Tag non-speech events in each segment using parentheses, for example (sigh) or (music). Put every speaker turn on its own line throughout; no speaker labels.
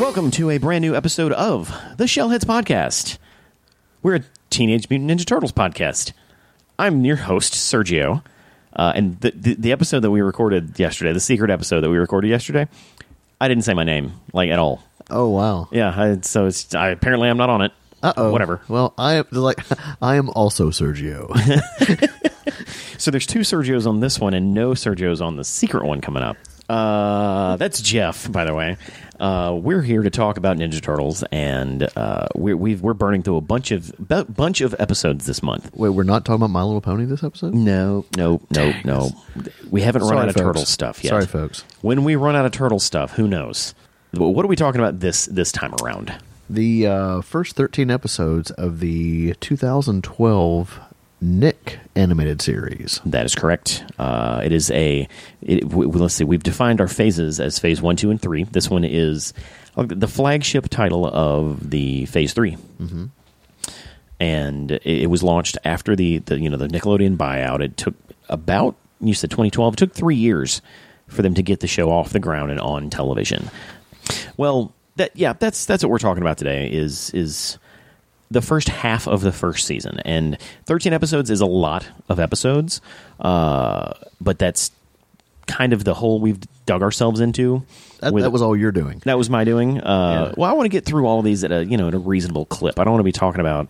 Welcome to a brand new episode of the Shellheads Podcast. We're a Teenage Mutant Ninja Turtles podcast. I'm your host, Sergio. Uh, and the, the, the episode that we recorded yesterday, the secret episode that we recorded yesterday, I didn't say my name, like at all.
Oh wow.
Yeah, I, so it's I, apparently I'm not on it.
Uh oh.
Whatever.
Well, I am like (laughs) I am also Sergio.
So there's two Sergios on this one and no Sergios on the secret one coming up. Uh, that's Jeff, by the way. Uh, we're here to talk about Ninja Turtles, and uh, we're we've, we're burning through a bunch of bu- bunch of episodes this month.
Wait, we're not talking about My Little Pony this episode.
No, no, no, no. We haven't run
Sorry,
out of
folks.
turtle stuff yet.
Sorry, folks.
When we run out of turtle stuff, who knows? Wh- What are we talking about this this time around?
The uh, first thirteen episodes of the 2012 Nick animated series.
That is correct. Uh, it is a. It, w- w- let's see. We've defined our phases as phase one, two, and three. This one is uh, the flagship title of the phase 3 mm-hmm. and it, it was launched after the, the you know the Nickelodeon buyout. It took about you said 2012. It took three years for them to get the show off the ground and on television. Well, that yeah, that's that's what we're talking about today. Is is the first half of the first season, and 13 episodes is a lot of episodes, uh, but that's kind of the hole we've dug ourselves into.
That,
with-
that was all you're doing.
that was my doing. Uh,
Yeah.
Well, I want to get through all of these at a you know at a reasonable clip. I don't want to be talking about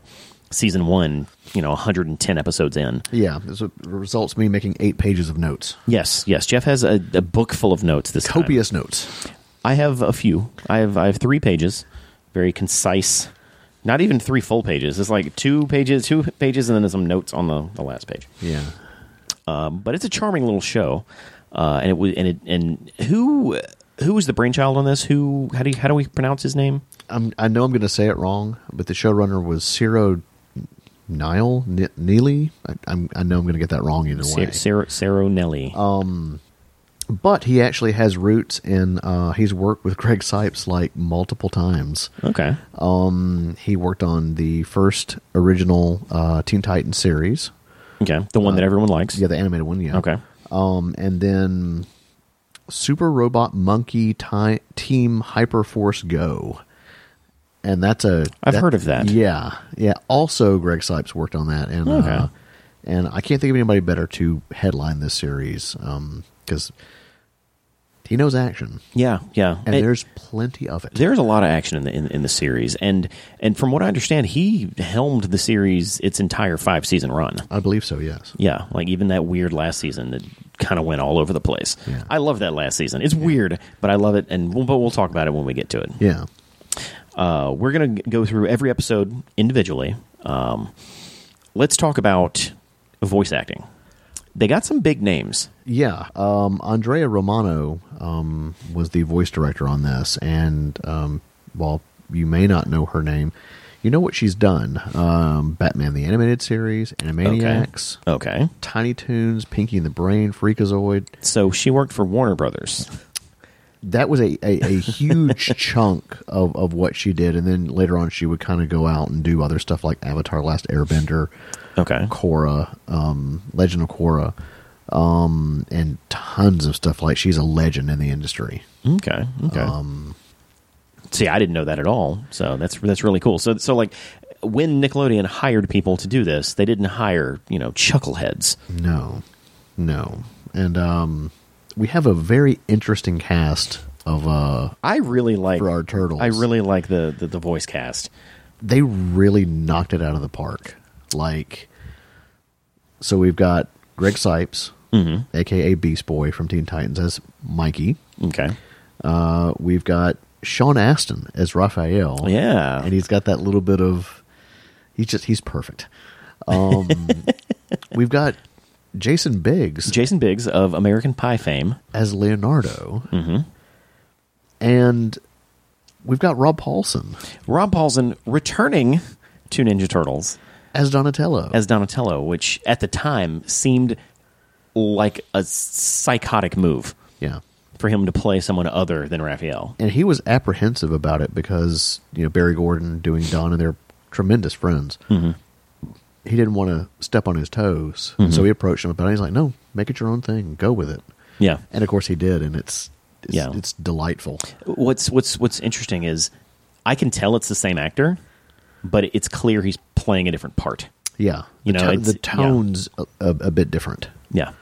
season one, you know, 110 episodes in.
Yeah, this was- results in me making eight pages of notes,
Yes, yes. Jeff has a, a book full of notes this time.
copious notes.
I have a few. I have I have three pages, very concise. Not even three full pages. It's like two pages, two pages, and then some notes on the, the last page.
Yeah,
Um, but it's a charming little show, uh, and it was and it and who who was the brainchild on this? Who how do you, how do we pronounce his name?
I'm, I know I'm going to say it wrong, but the showrunner was Ciro Nile N- Neely. I, I'm, I know I'm going to get that wrong either way.
Sarah Sarah Nelly.
but he actually has roots in uh, he's worked with Greg Sipes like multiple times.
okay,
Um, he worked on the first original uh, Teen Titans series,
okay, the one that everyone likes.
Uh, yeah, the animated one, yeah.
Okay.
Um, and then Super Robot Monkey Ti- Team Hyperforce Go, and that's a
I've heard of that.
Yeah, yeah. Also, Greg Sipes worked on that, and
Okay.
uh, and I can't think of anybody better to headline this series because he knows action.
Yeah, yeah.
and
It-
there's plenty of it.
there's a lot of action in the in, in the series, and and from what I understand, he helmed the series its entire five season run.
I believe so. Yes.
Yeah, like even that weird last season that kind of went all over the place.
Yeah.
I love that last season. It's weird, but I love it, and we'll, but we'll talk about it when we get to it.
Yeah.
Uh, we're gonna g- go through every episode individually. Um, let's talk about voice acting. They got some big names.
Yeah. Um, Andrea Romano um, was the voice director on this, and um, while you may not know her name, you know what she's done: um, Batman the Animated Series, Animaniacs,
Okay,
Tiny Toons, Pinky and the Brain, Freakazoid.
so she worked for Warner Brothers.
That was a, a, a huge chunk of, of what she did, and then later on she would kind of go out and do other stuff like Avatar: Last Airbender.
Okay,
Korra, um, Legend of Korra, um, and tons of stuff. Like she's a legend in the industry.
Okay. Okay. Um, See, I didn't know that at all. So that's that's really cool. So so like when Nickelodeon hired people to do this, they didn't hire you know chuckleheads.
No, no, and um, we have a very interesting cast of. Uh,
I really like
For our turtles.
I really like the the, the voice cast.
they really knocked it out of the park. Like, so we've got Greg Sipes,
Mm-hmm.
aka Beast Boy from Teen Titans, as Mikey.
Okay.
Uh, we've got Sean Astin as Raphael.
Yeah.
and he's got that little bit of he's just he's perfect.
(laughs)
Um, we've got Jason Biggs
Jason Biggs of American Pie fame.
as Leonardo,
Mm-hmm.
and we've got Rob Paulson
Rob Paulson returning to Ninja Turtles
as Donatello.
as Donatello, which at the time seemed like a psychotic move
yeah,
for him to play someone other than Raphael.
and he was apprehensive about it because you know Barry Gordon doing Don and they're tremendous friends.
Mm-hmm.
He didn't want to step on his
Mm-hmm.
toes, so he approached him about it. He's like, "No, make it your own thing. Go with it."
Yeah.
And of course, he did, and it's it's,
Yeah.
it's delightful.
What's what's what's interesting is I can tell it's the same actor, but it's clear he's playing a different part.
Yeah,
You
the,
know,
to-
it's-
the
yeah.
tones a, a, a bit different.
Yeah,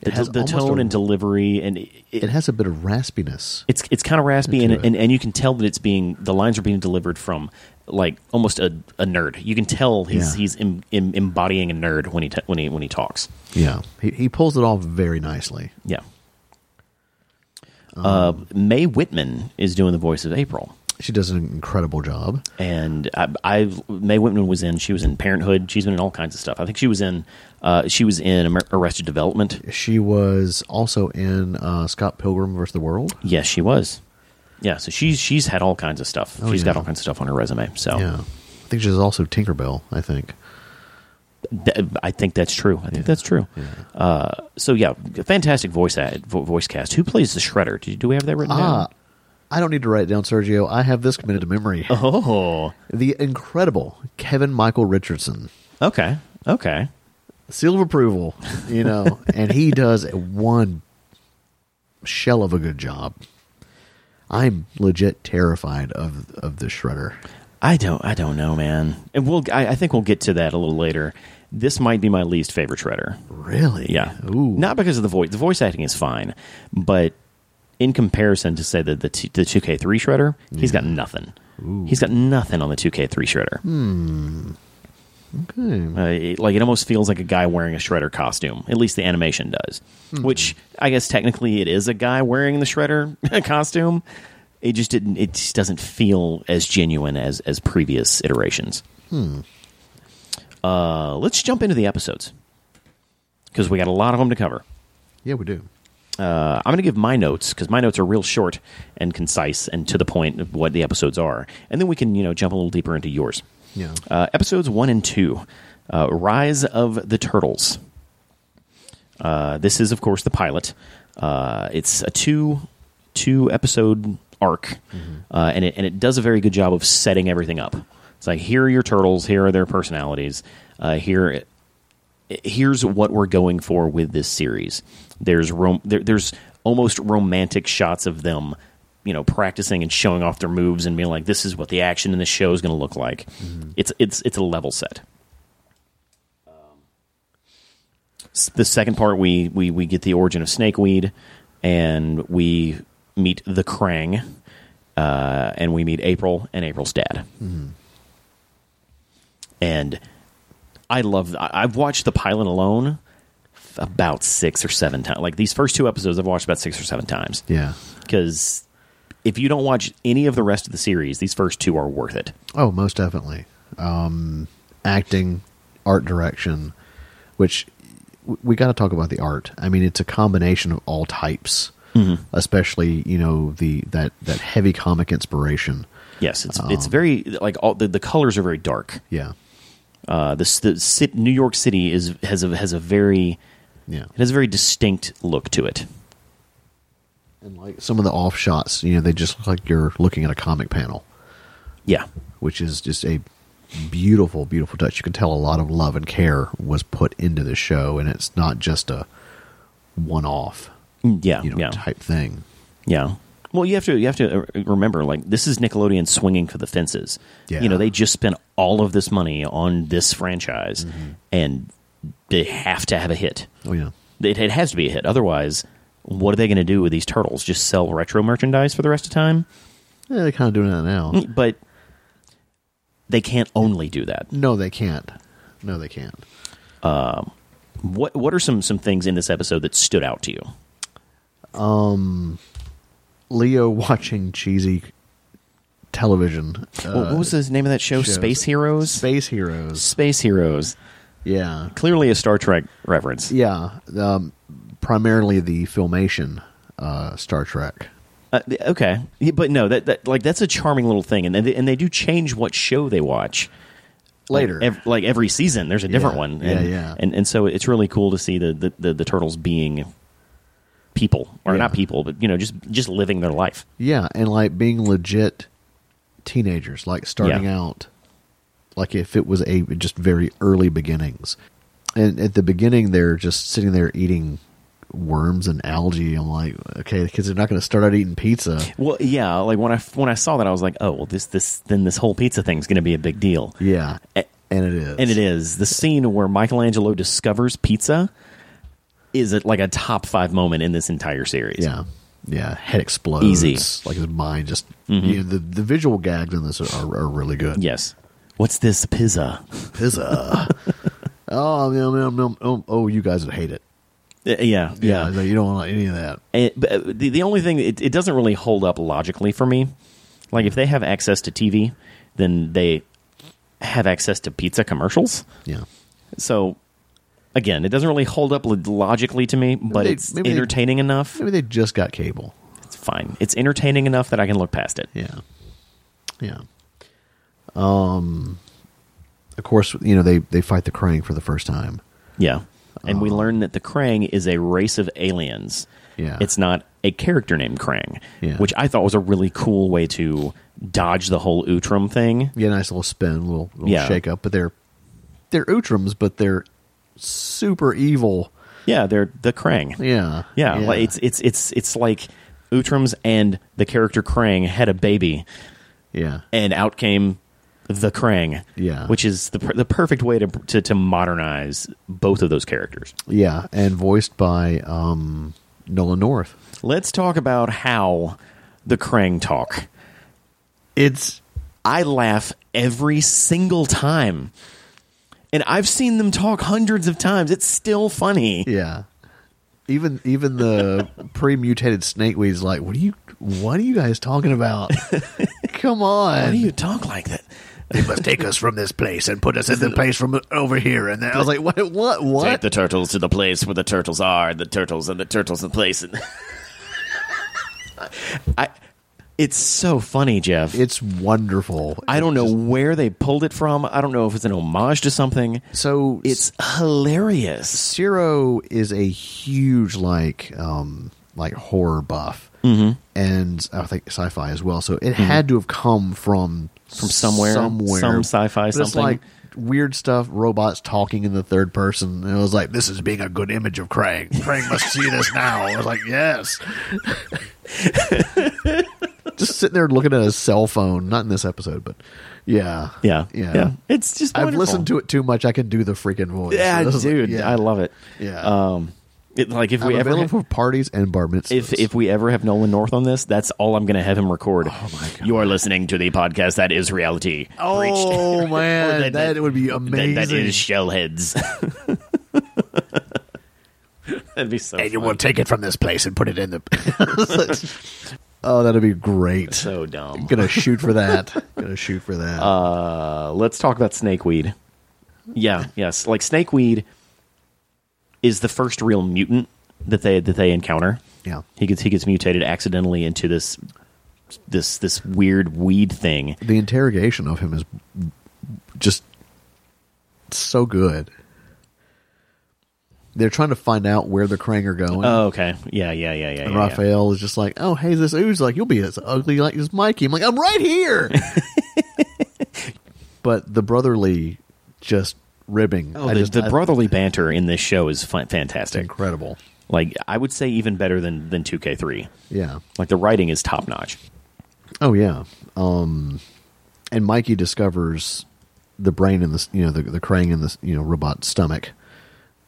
the,
It has
the
almost
tone
a-
and delivery, and it,
It has a bit of raspiness.
it's it's kind of raspy, and,
Into it.
and and you can tell that it's being the lines are being delivered from like almost a, a nerd. You can tell he's
Yeah.
he's em, em, embodying a nerd when he t- when he when he talks.
Yeah, he, he pulls it off very nicely.
Yeah. uh, Mae Whitman is doing the voice of April.
She does an incredible job.
and I, I've Mae Whitman was in. She was in Parenthood. She's been in all kinds of stuff. I think she was in. Uh, she was in Amer- Arrested Development.
She was also in uh, Scott Pilgrim versus the World.
Yes, she was. Yeah, so she's she's had all kinds of stuff.
Oh,
She's got
yeah.
all kinds of stuff on her resume. So
Yeah, I think she's also Tinkerbell. I think.
th- I think that's true. I think that's true. Uh, so yeah, fantastic voice ad, vo- voice cast. Who plays the Shredder? Do, do we have that written
Ah,
down?
I don't need to write it down, Sergio. I have this committed to memory.
Oh,
The incredible Kevin Michael Richardson.
okay, okay.
seal of approval, you (laughs) know, and he does one shell of a good job. I'm legit terrified of of the shredder.
I don't. I don't know, man. And we'll. I, I think we'll get to that a little later. This might be my least favorite Shredder.
Really?
Yeah.
Ooh.
Not because of the voice. The voice acting is fine, but in comparison to say that the t- the two K three shredder, he's got nothing. He's got nothing on the two K three shredder.
okay.
Uh, it, like it almost feels like a guy wearing a shredder costume. At least the animation does. Which I guess technically it is a guy wearing the shredder (laughs) costume. It just didn't. It just doesn't feel as genuine as as previous iterations. Uh, let's jump into the episodes because we got a lot of them to cover.
Yeah, we do.
Uh, I'm going to give my notes because my notes are real short and concise and to the point of what the episodes are, and then we can you know jump a little deeper into yours.
Yeah.
Uh, episodes one and two, uh, Rise of the Turtles. Uh, this is of course the pilot. Uh, it's a two two episode arc, uh, and it and it does a very good job of setting everything up. It's like here are your turtles, here are their personalities, uh, here here's what we're going for with this series. There's rom- there, there's almost romantic shots of them, you know, practicing and showing off their moves and being like, "This is what the action in the show is going to look like." It's it's it's a level set. S- The second part, we we we get the origin of snakeweed, and we meet the Krang, uh, and we meet April and April's dad, and. I love. I- I've watched the pilot alone about six or seven times. Like these first two episodes, I've watched about six or seven times.
Yeah.
Because if you don't watch any of the rest of the series, these first two are worth it.
Oh, most definitely. Um, acting, art direction, which w- we got to talk about the art. I mean, it's a combination of all types, especially you know the that that heavy comic inspiration.
Yes, it's it's very like all the, the colors are very dark.
Yeah.
Uh, this the cit, New York City is has a has a very
Yeah.
it has a very distinct look to it.
And like some of the off shots, you know, they just look like you're looking at a comic panel,
Yeah,
which is just a beautiful, beautiful touch. You can tell a lot of love and care was put into the show, and it's not just a one off,
Mm, yeah,
you know,
yeah.
type thing.
Yeah. Well, you have to you have to uh, remember like this is Nickelodeon swinging for the fences.
Yeah.
You know, they just spent all of this money on this franchise
Mm-hmm.
and they have to have a hit.
Oh yeah,
It, it has to be a hit. Otherwise, what are they going to do with these turtles? Just sell retro merchandise for the rest of time?
yeah they're kind of doing that now.
But they can't only do that.
no, they can't. No, they can't.
What what are some some things in this episode that stood out to you?
Leo (laughs) watching cheesy television.
What- what was the name of that Uh, show?
shows.
Space Heroes.
Space Heroes.
Space Heroes.
Yeah,
Clearly a Star Trek reference.
yeah. Um, primarily the filmation uh, Star Trek.
Uh, th- okay, Yeah, but no, that, that like that's a charming little thing, and they, and they do change what show they watch
Later.
Like, ev- like every season, there's a different
Yeah.
one.
Yeah,
And,
yeah.
And and so it's really cool to see the the, the, the turtles being people, or
Yeah.
not people, but you know, just just living their life.
Yeah, and like being legit teenagers, like starting
Yeah.
out, like if it was a just very early beginnings, and at the beginning they're just sitting there eating worms and algae. I'm like, okay, the kids are not going to start out eating pizza.
Well, yeah, like when I when I saw that, I was like, oh, well, this this then this whole pizza thing's going to be a big deal.
Yeah,
A-
and it is,
And it is the scene where Michelangelo discovers pizza is it like a top five moment in this entire series.
Yeah, yeah, head explodes.
Easy. Mm-hmm.
like his mind just. you know, the the visual gags in this are, are really good.
Yes. What's this pizza? Uh, (laughs)
pizza. oh, yum, yum, yum. oh, oh, you guys would hate it.
Uh, yeah. Yeah.
like, you don't want any of that.
It, but, uh, the, the only thing it, it doesn't really hold up logically for me. Like if they have access to TV, then they have access to pizza commercials.
Yeah,
So again, it doesn't really hold up lo- logically to me, but
they-
it's
maybe they-
entertaining enough.
maybe they just got cable.
It's fine. It's entertaining enough that I can look past it.
Yeah, yeah. Um, of course, you know they they fight the Krang for the first time.
Yeah. And
Oh.
we learn that the Krang is a race of aliens.
Yeah.
It's not a character named Krang,
Yeah.
which I thought was a really cool way to dodge the whole Utrum thing.
Yeah, nice little spin, little, little
Yeah.
shake up. But they're they're Utrams, but they're super evil.
Yeah, they're the Krang.
Yeah,
Yeah, Like it's it's it's it's like Utrums and the character Krang had a baby
yeah,
and out came the Krang.
Yeah.
Which is the per- the perfect way to to to modernize both of those characters.
yeah, and voiced by um, Nolan North.
Let's talk about how the Krang talk.
It's
I laugh every single time. And I've seen them talk hundreds of times. It's still funny.
Yeah. Even even
(laughs)
the pre-mutated snakeweed's like, what are you what are you guys
(laughs)
talking about? Come
Why
on.
do you talk like that?
they must take us from this place and put us in the place from over here and then I was like, What what what?
the turtles to the place where the turtles are, and the turtles and the turtles in place. (laughs) And I, it's so funny, Jeff.
It's wonderful.
I don't know where they pulled it from. I don't know if it's an homage to something.
so
It's hilarious.
Ciro is a huge like um like horror buff. Mm-hmm. And I think sci-fi as well. So it had to have come from
Mm-hmm. From somewhere,
somewhere,
some sci-fi,
But It's
something.
like weird stuff, robots talking in the third person. And it was like, this is being a good image of Krang. Krang must see this now. I was like, yes. (laughs) Just sitting there looking at a cell phone. Not in this episode, but yeah,
Yeah,
yeah.
It's just.
I've
wonderful.
listened to it too much. I can do the freaking voice.
Yeah,
This is like-
dude,
yeah.
I love it.
Yeah.
Um, it, like if
I'm
we ever
available
ha-
for parties and bar mitzvahs.
if if we ever have Nolan North on this, that's all I'm going to have him record. Oh
my God.
You are listening to the podcast that is reality.
(laughs) oh man,
(laughs) that-
that,
that-
would be
That,
amazing.
that is shellheads. (laughs) That'd be so. fun.
take it from this place and put it in the. (laughs) oh, that'd be great.
so dumb.
(laughs) gonna shoot for that. gonna shoot for that.
Uh, let's talk about snakeweed. Yeah. Yes. Like snakeweed is the first real mutant that they that they encounter.
yeah,
He gets he gets mutated accidentally into this this this weird weed thing.
the interrogation of him is just so good. They're trying to find out where the Krang are going.
Oh, okay. Yeah, yeah, yeah, yeah.
and
yeah, yeah.
Raphael is just like, "Oh, hey, this ooze like you'll be as ugly like as Mikey." I'm like, "I'm
(laughs)
right here." but the brotherly just ribbing.
Oh,
I
the,
just-
the
I-
brotherly banter in this show is fun, fantastic.
incredible.
Like I would say, even better than than 2K3.
Yeah.
Like the writing is top notch.
Oh yeah. Um, and Mikey discovers the brain in this, you know, the the Krang in this, you know, robot stomach,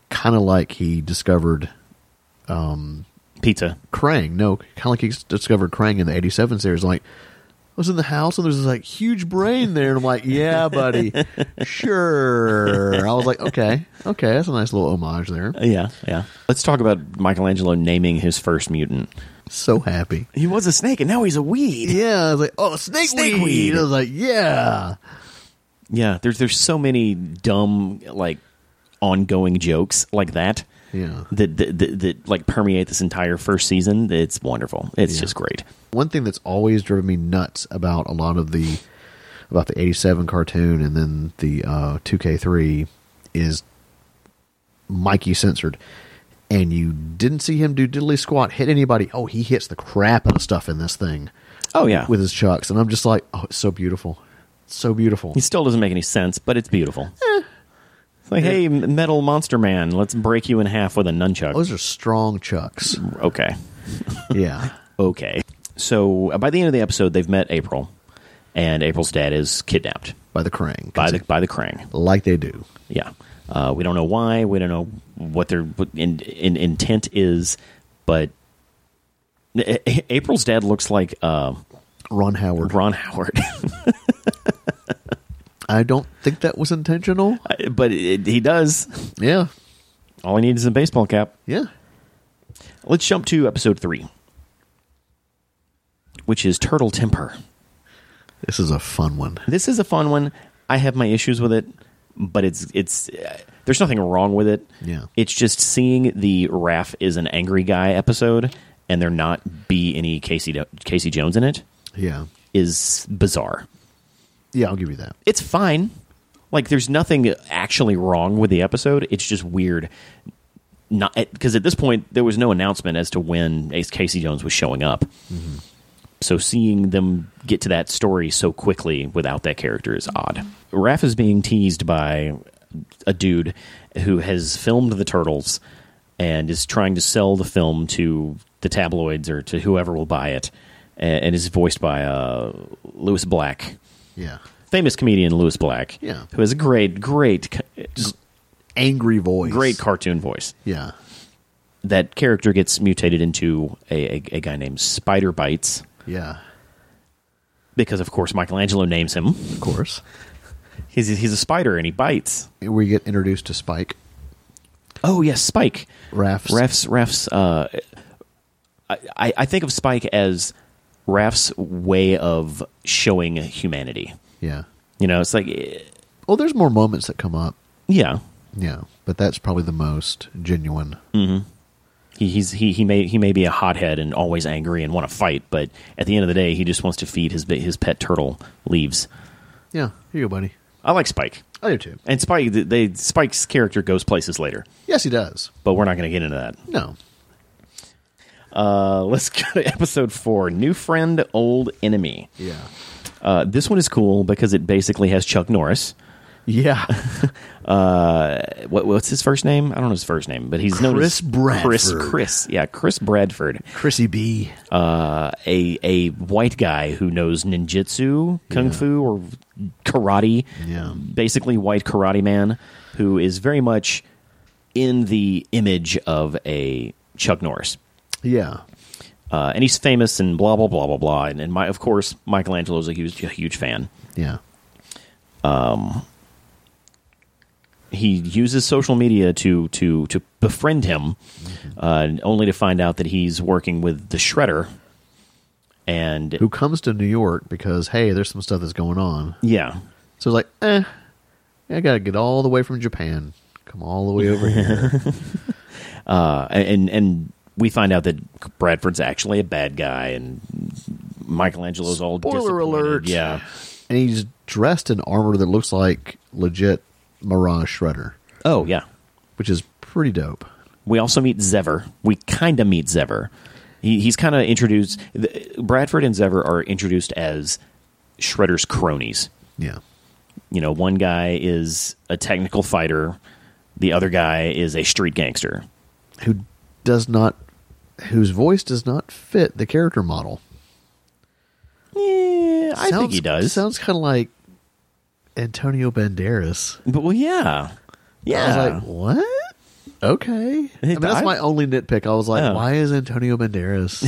kind of like he discovered
Pizza.
Krang. No, kind of like he s- discovered Krang in the '87 series. Like, I was in the house and there's this like huge brain there, and I'm like, yeah, (laughs) buddy, sure. I was like, okay, okay, that's a nice little homage there.
Uh, Yeah, yeah. Let's talk about Michelangelo naming his first mutant.
So happy.
He was a snake, and now he's a weed.
Yeah, I was like, oh, snake,
Snakeweed.
weed. I was like, yeah,
Yeah, there's there's so many dumb like ongoing jokes like that.
yeah.
That, that, that, that like permeate this entire first season. It's wonderful. It's
Yeah.
just great.
One thing that's always driven me nuts about a lot of the about the '87 cartoon and then the uh, 2K3 is Mikey censored, and you didn't see him do diddly squat hit anybody. Oh, he hits the crap out of stuff in this thing
Oh yeah,
with his chucks, and I'm just like, oh, it's so beautiful, so beautiful.
He still doesn't make any sense, but it's beautiful. Like, hey, metal monster man, let's break you in half with a nunchuck.
Those are strong (laughs) chucks.
okay.
Yeah.
Okay. So uh, by the end of the episode, they've met April, and April's dad is kidnapped
By the Krang.
by the by the Krang.
like they do.
Yeah. Uh, we don't know why. We don't know what their what in, in, intent is, but A- A- April's dad looks like uh,
Ron Howard.
Ron Howard, (laughs)
I don't think that was intentional.
but it, he does.
Yeah.
All he needs is a baseball cap.
Yeah.
Let's jump to episode three, which is Turtle Temper.
This is a fun one.
This is a fun one. I have my issues with it, but it's it's uh, there's nothing wrong with it.
Yeah.
it's just seeing the Raph is an angry guy episode, and there not be any Casey Do- Casey Jones in it
Yeah.
is bizarre.
Yeah, I'll give you that.
It's fine. Like there's nothing actually wrong with the episode. It's just weird. Not because at this point there was no announcement as to when Ace Casey Jones was showing up. So seeing them get to that story so quickly without that character is odd. Raph is being teased by a dude who has filmed the turtles and is trying to sell the film to the tabloids or to whoever will buy it, a- and is voiced by uh, Lewis Black,
Yeah.
famous comedian Lewis Black,
Yeah.
who has a great, great,
Angry voice.
great cartoon voice.
Yeah.
That character gets mutated into a, a, a guy named Spider Bites
Yeah.
because, of course, Michelangelo names him.
Of course.
He's he's a spider and he bites.
We get introduced to Spike.
Oh yes, Spike.
Raph's
Refs, refs. Uh, I- I I think of Spike as Raph's way of showing humanity.
Yeah.
You know, it's like, eh,
Oh, there's more moments that come up.
yeah,
Yeah. But that's probably the most genuine.
he, he's he he may he may be a hothead and always angry and want to fight, but at the end of the day, he just wants to feed his his pet turtle leaves.
Yeah. Here you go, buddy.
I like Spike,
I do too.
and Spike they Spike's character goes places later,
Yes, he does.
but we're not going to get into that.
No.
Uh, (laughs) let's go to episode four: New Friend, Old Enemy.
Yeah.
Uh, this one is cool because it basically has Chuck Norris.
Yeah.
What, what's his first name? I don't know his first name, but he's known as
Chris Bradford.
Chris, Chris, yeah, Chris Bradford,
(laughs) Chrissy B.
uh, a a white guy who knows ninjutsu, kung
Yeah.
fu, or karate.
Yeah.
basically white karate man who is very much in the image of a Chuck Norris.
Yeah.
Uh, and he's famous and blah blah blah blah blah. And, and my, of course, Michelangelo's a huge, a huge fan.
Yeah.
he uses social media to to to befriend him, uh, only to find out that he's working with the Shredder. And
Who comes to New York because, hey, there's some stuff that's going on.
yeah,
So it's like, eh, I got to get all the way from Japan, come all the way over (laughs) here.
uh, and and we find out that Bradford's actually a bad guy, and Michelangelo's all
Spoiler
disappointed.
alert.
Yeah.
and he's dressed in armor that looks like legit Mirage Shredder,
Oh yeah.
which is pretty dope.
We also meet Zever. We kind of meet Zever. He, he's kind of introduced. The, Bradford and Zever are introduced as Shredder's cronies.
Yeah.
you know, one guy is a technical fighter, the other guy is a street gangster.
Who does not, whose voice does not fit the character model.
Yeah, I think
Sounds-
he does.
Sounds kind of like Antonio Banderas.
but well, yeah, yeah.
I was like, what? Okay. I
Hey,
mean, that's
I-
my only nitpick. I was like,
Oh.
why is
(laughs)
Antonio Banderas?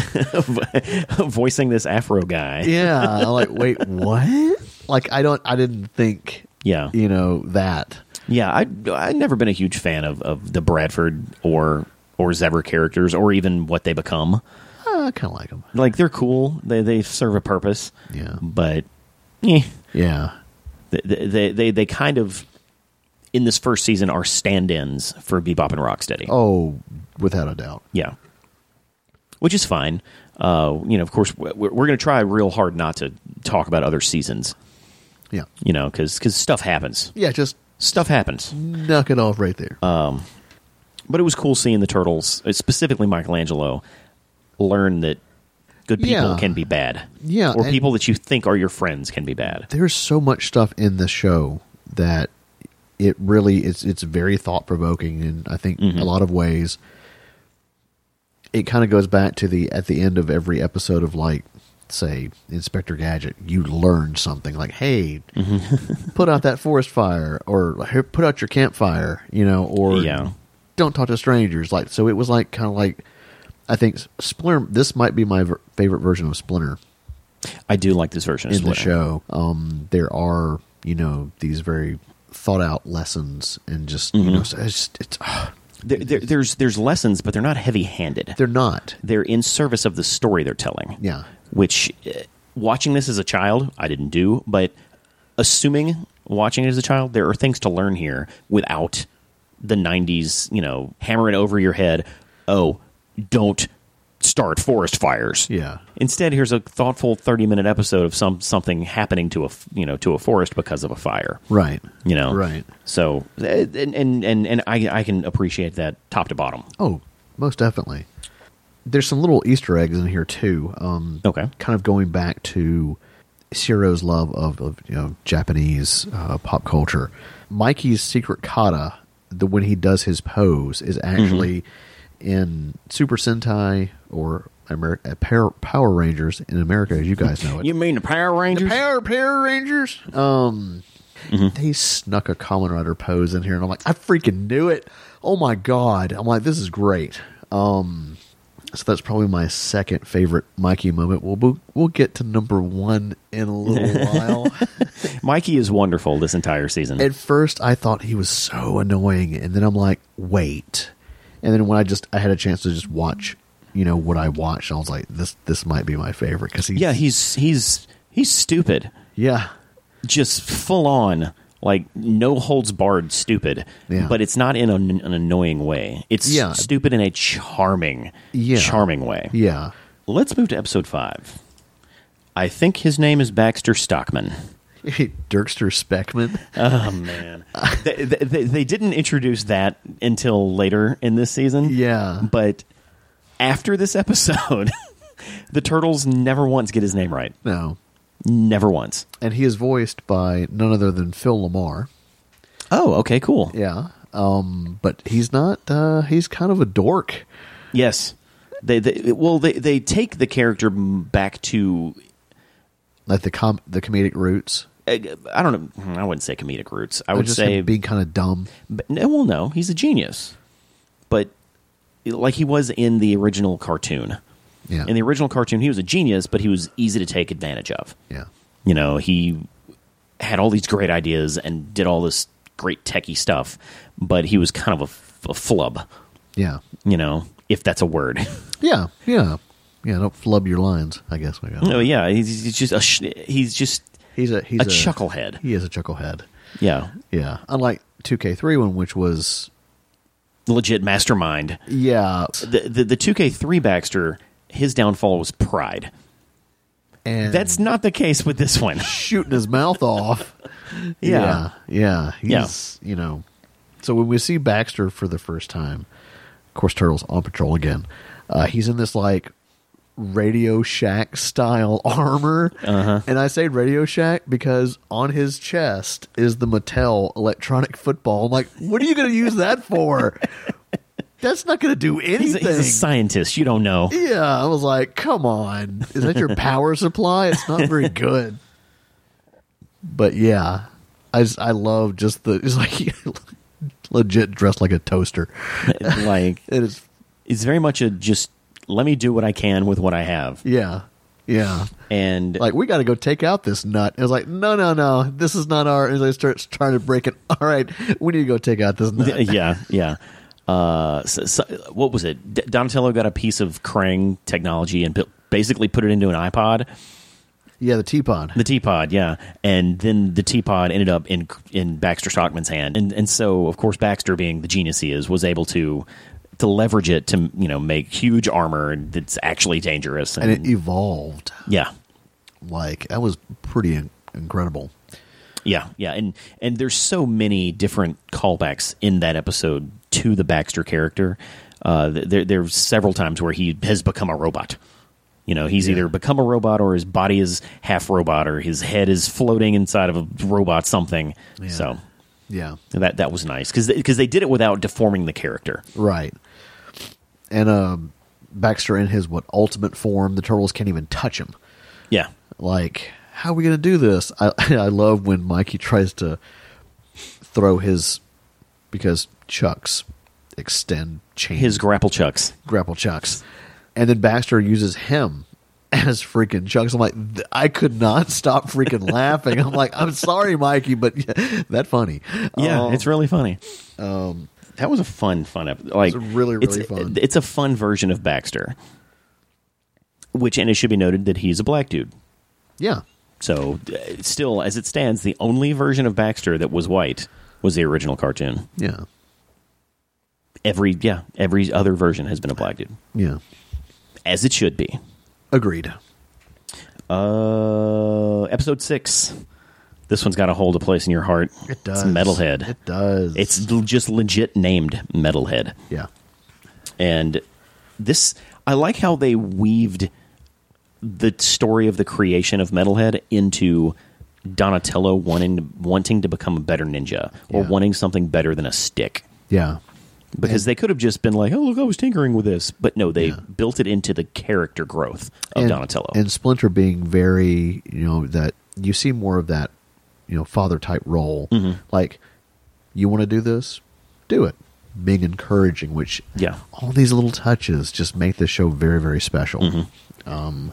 voicing this Afro guy.
yeah. I'm like, wait, what? Like, I don't, I didn't think,
Yeah.
you know, that.
Yeah, I I've never been a huge fan of, of the Bradford or or Zever characters or even what they become.
Uh, I kind of like him.
Like they're cool. They they serve a purpose.
Yeah.
But eh,
Yeah.
they, they they they kind of in this first season are stand-ins for Bebop and Rocksteady.
Oh, without a doubt.
Yeah, which is fine. Uh, you know, of course, we're, we're going to try real hard not to talk about other seasons.
Yeah.
You know, because stuff happens.
Yeah. Just
Stuff happens.
knock it off right there.
But it was cool seeing the turtles, uh, specifically Michelangelo, learn that good people
Yeah.
can be bad.
Yeah,
or
and-
people that you think are your friends can be bad.
There's so much stuff in the show that it really it's it's very thought provoking, and I think a lot of ways it kind of goes back to the at the end of every episode of like say Inspector Gadget, you learn something like hey, put out that forest fire or "Hey, put out your campfire, you know, or
Yeah.
don't talk to strangers. Like so, it was like kind of like I think Splinter. This might be my ver- favorite version of Splinter
I do like this version of
in the
Splinter.
show. Um, there are you know these very thought out lessons and just you know so it's, just- it's ah,
There, there, there's there's lessons, but they're not heavy handed.
they're not
They're in service of the story they're telling.
yeah
Which, eh, watching this as a child, I didn't do, but assuming watching it as a child, there are things to learn here without the '90s, you know, hammering over your head. Oh, don't start forest fires.
yeah
Instead, here's a thoughtful 30 minute episode of some something happening to a f- you know to a forest because of a fire.
right
You know,
right
So and and and, and I I can appreciate that top to bottom.
oh most definitely. There's some little Easter eggs in here too. Um,
Okay.
kind of going back to Shiro's love of, of you know Japanese uh, pop culture. Mikey's secret kata, the when he does his pose, is actually in Super Sentai or Amer- uh, Power, Power Rangers in America, as you guys know it.
You mean the Power Rangers?
Power Power Rangers. Um, they snuck a Common Rider pose in here, and I'm like, I freaking knew it. Oh my god! I'm like, this is great. Um, so that's probably my second favorite Mikey moment. We'll we'll, we'll get to number one in a little while.
Mikey is wonderful this entire season.
At first, I thought he was so annoying, and then I'm like, wait. And then when I just I had a chance to just watch, you know what I watched, I was like, this this might be my favorite because he
yeah, he's he's he's stupid.
yeah
Just full on like no holds barred stupid.
Yeah.
But it's not in an, an annoying way. It's
Yeah.
stupid in a charming
Yeah.
charming way.
yeah (laughs)
Let's move to episode 5. I think his name is Baxter
(laughs)
Stockman.
Dirkster Speckman.
Oh man, they, they- they, they didn't introduce that until later in this season.
Yeah.
but after this episode, (laughs) the turtles never once get his name right.
No.
Never once.
And he is voiced by none other than Phil Lamar.
Oh, okay, cool.
Yeah. Um, but he's not, uh, he's kind of a dork.
Yes, they, they well they they take the character back to
Like the com- the comedic roots.
uh, I don't know. I wouldn't say comedic roots. I
Or
would
just
say
him being kind of dumb.
But, no, well, no, he's a genius, but like he was in the original cartoon.
Yeah.
In the original cartoon, he was a genius, but he was easy to take advantage of.
Yeah.
You know, he had all these great ideas and did all this great techie stuff, but he was kind of a, f- a flub.
Yeah.
You know, if that's a word. (laughs)
Yeah. Yeah. Yeah. Don't flub your lines, I guess. Maybe. I don't
no,
know.
Oh, yeah, he's, he's just a sh- he's just
He's a, he's
a chucklehead.
He is a chucklehead.
yeah,
Yeah. Unlike 2K3 one, which was,
legit mastermind.
yeah.
The the the two K three Baxter, his downfall was pride.
And
That's not the case with this one. (laughs)
shooting his mouth off.
Yeah.
Yeah. He's, you know. So when we see Baxter for the first time, of course, Turtle's on patrol again. Uh, he's in this like Radio Shack style (laughs) armor.
Uh-huh.
And I say Radio Shack because on his chest is the Mattel electronic football. I'm like, what are you going to use
(laughs)
that for? That's not going to do
He's a,
anything.
he's a scientist. You don't
(laughs)
know.
yeah. I was like, come on. Is that your power supply? It's not
(laughs)
very good. But yeah, I just, I love just the it's like (laughs) legit dressed like a toaster.
like
It is
it's very much a just let me do what I can with what I have.
yeah. Yeah.
And
Like we got to go take out this nut. It was like no no no. This is not our and they start trying to break it. (laughs) All right. We need to go take out this nut.
yeah, yeah. Uh, so, so- what was it? D- Donatello got a piece of Krang technology and bu- basically put it into an iPod,
Yeah, the teapot.
the teapot, yeah, and then the teapot ended up in in Baxter Stockman's hand, and and so of course Baxter, being the genius he is, was able to to leverage it to you know make huge armor that's actually dangerous,
And it evolved.
yeah,
Like that was pretty in- incredible.
Yeah, yeah, and and there's so many different callbacks in that episode to the Baxter character. Uh, th- there there's several times where he has become a robot. You know, he's either become a robot or his body is half robot or his head is floating inside of a robot something. So
Yeah.
And that that was nice because they did it without deforming the character.
Right. And um, Baxter in his what ultimate form, the turtles can't even touch him.
Yeah,
Like, how are we going to do this? I (laughs) I love when Mikey tries to throw his because Chucks extend chain
his grapple chucks.
grapple Chucks, and then Baxter uses him as freaking Chucks. I'm like, th- I could not stop freaking
(laughs)
laughing. I'm like, I'm sorry, Mikey, but (laughs) that funny.
Yeah,
Um,
it's really funny. that was a fun, fun episode. Like,
really, really
it's,
fun.
It's a fun version of Baxter. Which, and it should be noted that he's a black dude.
yeah,
So, uh, still, as it stands, the only version of Baxter that was white was the original cartoon.
yeah,
Every yeah, every other version has been a black dude,
yeah.
as it should be.
Agreed.
Uh, episode six. This one's got a hold a place in your heart.
It does.
It's Metalhead.
It does.
It's l- just legit named Metalhead.
yeah,
And this, I like how they weaved the story of the creation of Metalhead into Donatello wanting, wanting to become a better ninja or
Yeah.
wanting something better than a stick.
yeah,
Because they could have just been like, oh, look, I was tinkering with this. But no, they
Yeah.
built it into the character growth of
and,
Donatello.
and Splinter being very, you know, that you see more of that, you know, father type role.
Mm-hmm.
Like, you want to do this, do it. Being encouraging, which
Yeah.
all these little touches just make this show very, very special. Um,
Mm-hmm.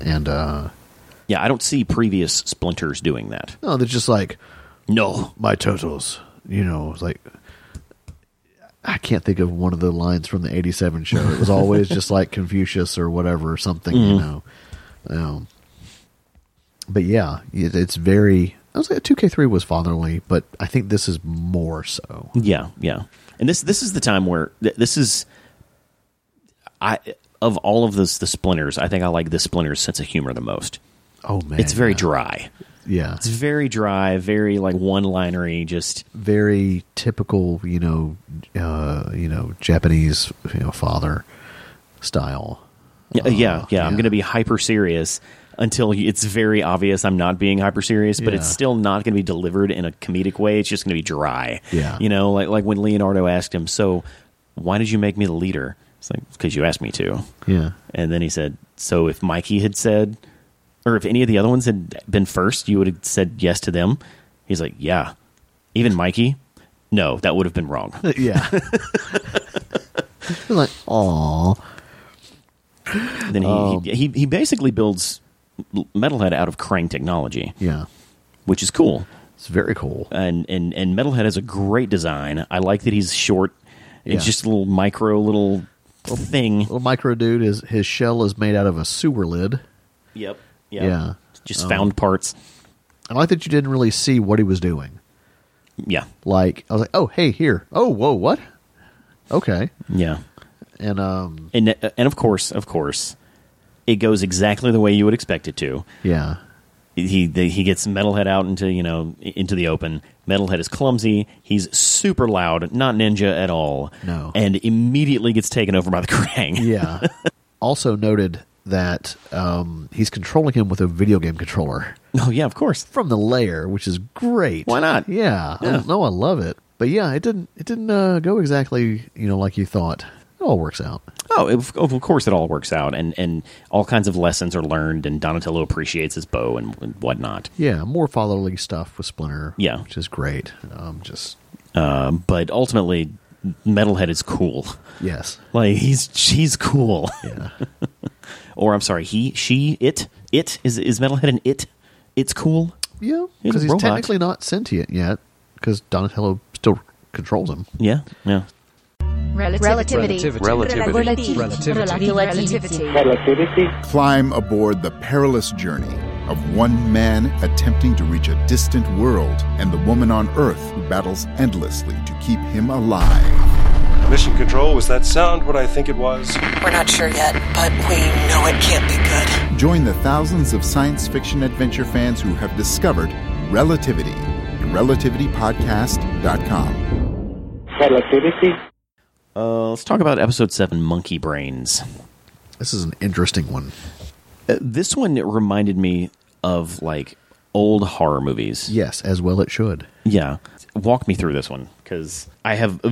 and uh,
yeah, I don't see previous splinters doing that.
no, they're just like
No.
my totals. You know, it's like I can't think of one of the lines from the '87 show. It was always
(laughs)
just like Confucius or whatever, or something.
Mm-hmm.
You know, um, but yeah, it, it's very. I was like, 2K3 was fatherly, but I think this is more so.
Yeah, yeah. And this this is the time where th- this is I of all of this the splinters, I think I like the splinters sense of humor the most.
Oh man,
It's very
yeah.
dry.
Yeah,
It's very dry, very like one-linery just
very typical. You know, uh, you know, Japanese you know father style.
yeah, yeah, yeah, I'm
Oh, yeah.
going to be hyper serious until y- it's very obvious I'm not being hyper serious, but
Yeah.
it's still not going to be delivered in a comedic way. It's just going to be dry.
Yeah.
You know, like like when Leonardo asked him, "So, why did you make me the leader?" It's like, "Cuz you asked me to."
Yeah,
And then he said, "So if Mikey had said, or if any of the other ones had been first, you would have said yes to them." He's like, "Yeah, even Mikey." No, that would have been
(laughs)
wrong. (laughs)
yeah. like, oh,
And then he, he, he he basically builds Metalhead out of Krang technology,
yeah,
which is cool.
it's very cool.
And and and Metalhead has a great design. I like that he's short.
Yeah. Oh.
It's just a little micro little thing.
Little micro dude is his shell is made out of a sewer lid.
Yep.
Yeah. Oh.
Just found parts.
I like that you didn't really see what he was doing.
Yeah.
Like, I was like, oh, hey, here. Oh, whoa, what? Okay,
Yeah.
and um,
and uh, and of course, of course, it goes exactly the way you would expect it to.
yeah,
He the, he gets Metalhead out into you know into the open. Metalhead is clumsy. He's super loud, not ninja at all.
No.
and immediately gets taken over by the Krang.
yeah. also noted that um, he's controlling him with a video game controller
(laughs) Oh yeah, of course.
from the layer, which is great.
Why not?
Yeah, I don't know. I love it. But yeah, it didn't. It didn't uh, go exactly you know like you thought. It all works out.
Oh, of of course it all works out, and and all kinds of lessons are learned, and Donatello appreciates his bow and, and whatnot.
Yeah, more fatherly stuff with Splinter.
Yeah.
which is great. Um, just
Um, but ultimately, Metalhead is cool.
yes,
Like he's he's cool.
yeah,
(laughs) or I'm sorry, he, she, it, it is is metalhead and it, it's cool.
yeah.
He's a
Because he's
robot.
technically not sentient yet, because Donatello still controls him.
Yeah, yeah.
Relativity. Relativity.
Relativity.
Relativity.
Climb aboard the perilous journey of one man attempting to reach a distant world and the woman on Earth who battles endlessly to keep him alive.
Mission control, was that sound what I think it was?
We're not sure yet, but we know it can't be good.
Join the thousands of science fiction adventure fans who have discovered relativity at relativitypodcast.com.
Uh, let's talk about episode seven, Monkey Brains.
This is an interesting one.
Uh, this one reminded me of like old horror movies.
Yes, as well it should.
Yeah. Walk me through this one because I have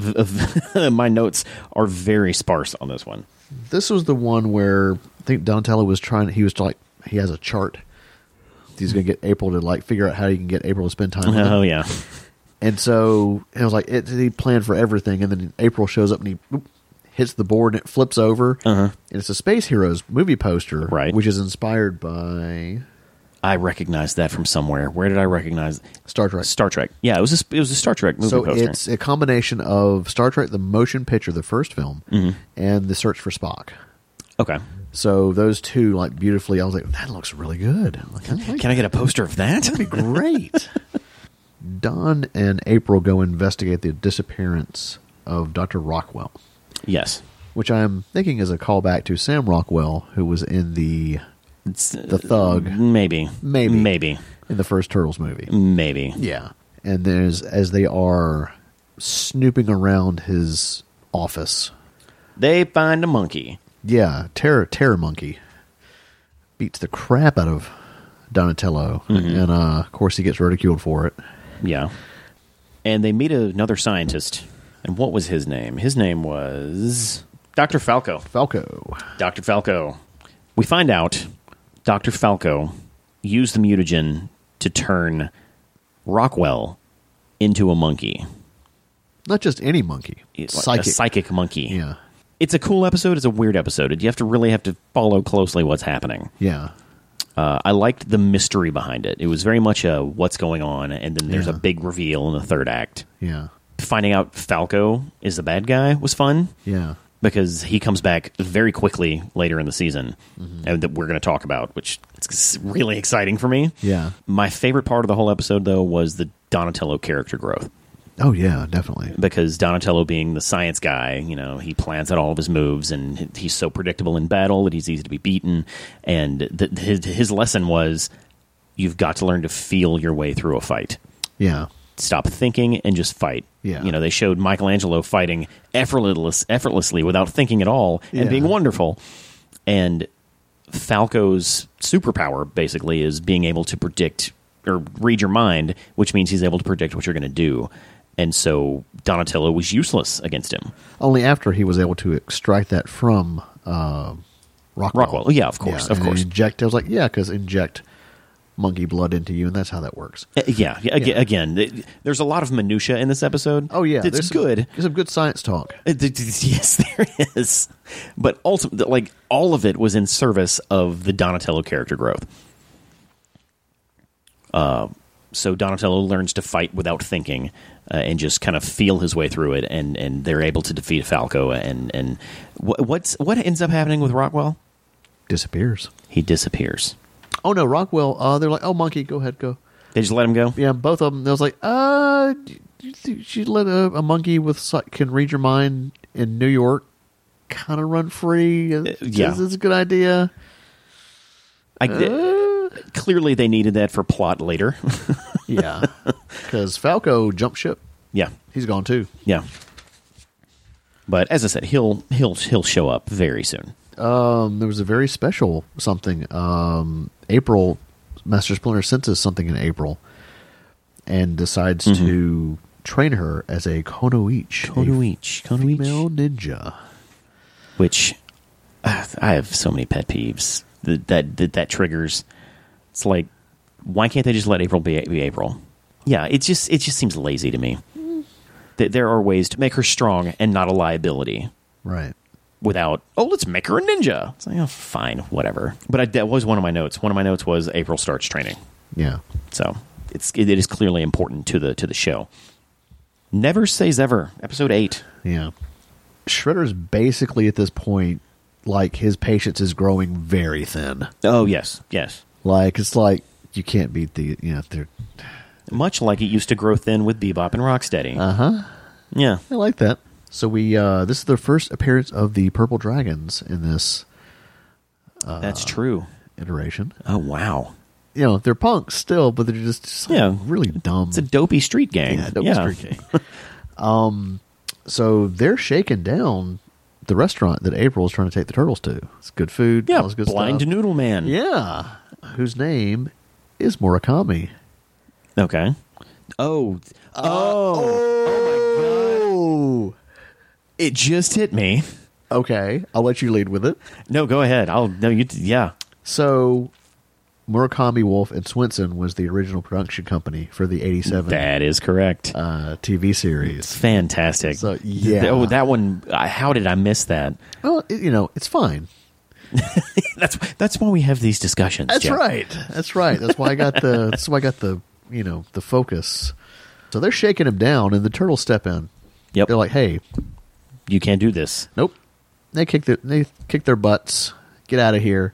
(laughs) my notes are very sparse on this one.
This was the one where I think Donatello was trying. He was like he has a chart. He's going to get April to like figure out how he can get April to spend
(laughs)
time. with him.
Oh yeah,
And so it was like it, he planned for everything, and then April shows up and he oop, hits the board and it flips over,
Uh-huh.
and it's a Space Heroes movie poster,
Right.
Which is inspired by
I recognize that from somewhere. Where did I recognize
Star Trek.
Star Trek? Yeah, it was a, it was a Star Trek movie
so
poster.
it's a combination of Star Trek: The Motion Picture, the first film,
Mm-hmm.
and The Search for Spock.
okay.
So those two, like beautifully, I was like, that looks really good. I'm Like, I like
Can I get a poster of that? (laughs)
great. Don and April go investigate the disappearance of Dr. Rockwell,
yes.
which I'm thinking is a callback to Sam Rockwell, who was in the
It's, uh,
the thug
Maybe.
Maybe.
Maybe.
in the first Turtles movie.
Maybe.
Yeah. And there's as they are snooping around his office.
They find a monkey.
Yeah, terror terror monkey beats the crap out of Donatello,
Mm-hmm.
and uh, of course he gets ridiculed for it.
Yeah. And they meet another scientist. And what was his name? His name was Dr. Falco.
Falco.
Dr. Falco. We find out Dr. Falco used the mutagen to turn Rockwell into a monkey.
Not just any monkey.
It's like
psychic.
A psychic monkey.
Yeah.
It's a cool episode. It's a weird episode. You have to really have to follow closely what's happening.
Yeah.
Uh, I liked the mystery behind it. It was very much a what's going on, and then there's a
Yeah.
big reveal in the third act.
Yeah.
Finding out Falco is the bad guy was fun
Yeah.
because he comes back very quickly later in the season,
Mm-hmm.
and that we're going to talk about, which is really exciting for me.
Yeah.
My favorite part of the whole episode, though, was the Donatello character growth
Oh yeah, definitely.
because Donatello, being the science guy, you know, he plans out all of his moves, and he- he's so predictable in battle that he's easy to be beaten. And th- his his lesson was, you've got to learn to feel your way through a fight.
Yeah.
Stop thinking and just fight.
Yeah.
You know, they showed Michelangelo fighting effortless, effortlessly without thinking at all and
Yeah.
being wonderful. And Falco's superpower basically is being able to predict or read your mind, which means he's able to predict what you're going to do. And so Donatello was useless against him.
Only after he was able to extract that from uh, Rockwell.
Rockwell. Yeah, of course, of
and
course.
Inject. I was like, yeah, because inject monkey blood into you, and that's how that works.
Uh, yeah, yeah, aga- Again, th- there's a lot of minutia in this episode.
Oh yeah,
it's
there's some-
good.
There's some good science talk.
Uh, th- th- (laughs) Yes, there is. But ultimately, like all of it was in service of the Donatello character growth. Uh, so Donatello learns to fight without thinking uh, and just kind of feel his way through it, and, and they're able to defeat Falco. And and wh- what's what ends up happening with Rockwell?
Disappears.
He disappears.
Oh no, Rockwell. Uh, they're like, oh monkey, go ahead, go.
They just let him go.
Yeah, both of them. I was like, uh, you think she let a, a monkey with psy- can read your mind in New York kind of run free. Is,
Uh, yeah.
is this a
(laughs)
good idea?
I, clearly, they needed that for plot later. (laughs)
Yeah, because Falco jump ship.
yeah,
He's gone too.
yeah. But as I said, he'll he'll he'll show up very soon.
Um, there was a very special something. Um, April, Master Splinter senses something in April, and decides
Mm-hmm.
to train her as a Konoichi, a
Konoichi,
female
Konoichi,
ninja.
which uh, I have so many pet peeves that that that, that triggers. It's like, why can't they just let April be, be April? Yeah, it just it just seems lazy to me. That there are ways to make her strong and not a liability
Right.
without oh let's make her a ninja. It's like oh fine whatever. But I, that was one of my notes. One of my notes was April starts training.
Yeah.
So it's it is clearly important to the to the show. Never says ever. Episode eight.
Yeah. Shredder's basically at this point like his patience is growing very thin.
Oh yes, yes.
Like it's like you can't beat the you know they're
much like it used to grow thin with Bebop and Rocksteady. Uh huh. Yeah.
I like that. So we uh this is the first appearance of the purple dragons in this
that's true.
iteration.
Uh, Oh wow.
You know, they're punks still, but they're just, just like,
Yeah.
really dumb.
It's a dopey street gang.
yeah, dope street (laughs) gang. um so they're shaking down the restaurant that April is trying to take the turtles to. It's good food,
Yeah,
all this good
blind
stuff.
noodle man.
Yeah, whose name is Murakami.
Okay. Oh. oh.
Oh,
It just hit me.
okay. I'll let you lead with it.
No, go ahead. I'll no you yeah.
So, Murakami, Wolf, and Swenson was the original production company for the '87
That is correct.
uh, TV series.
Fantastic.
So,
Th-
yeah.
Oh, that one. I- How did I miss that?
Well, it, you know, it's fine.
(laughs) That's that's why we have these discussions.
That's
Jeff.
right. That's right. That's why I got the. that's why I got the. You know, the focus. So they're shaking him down, and the turtles step in.
Yep.
They're like, "Hey,
you can't do this.
nope." They kick their they kick their butts. Get out of here.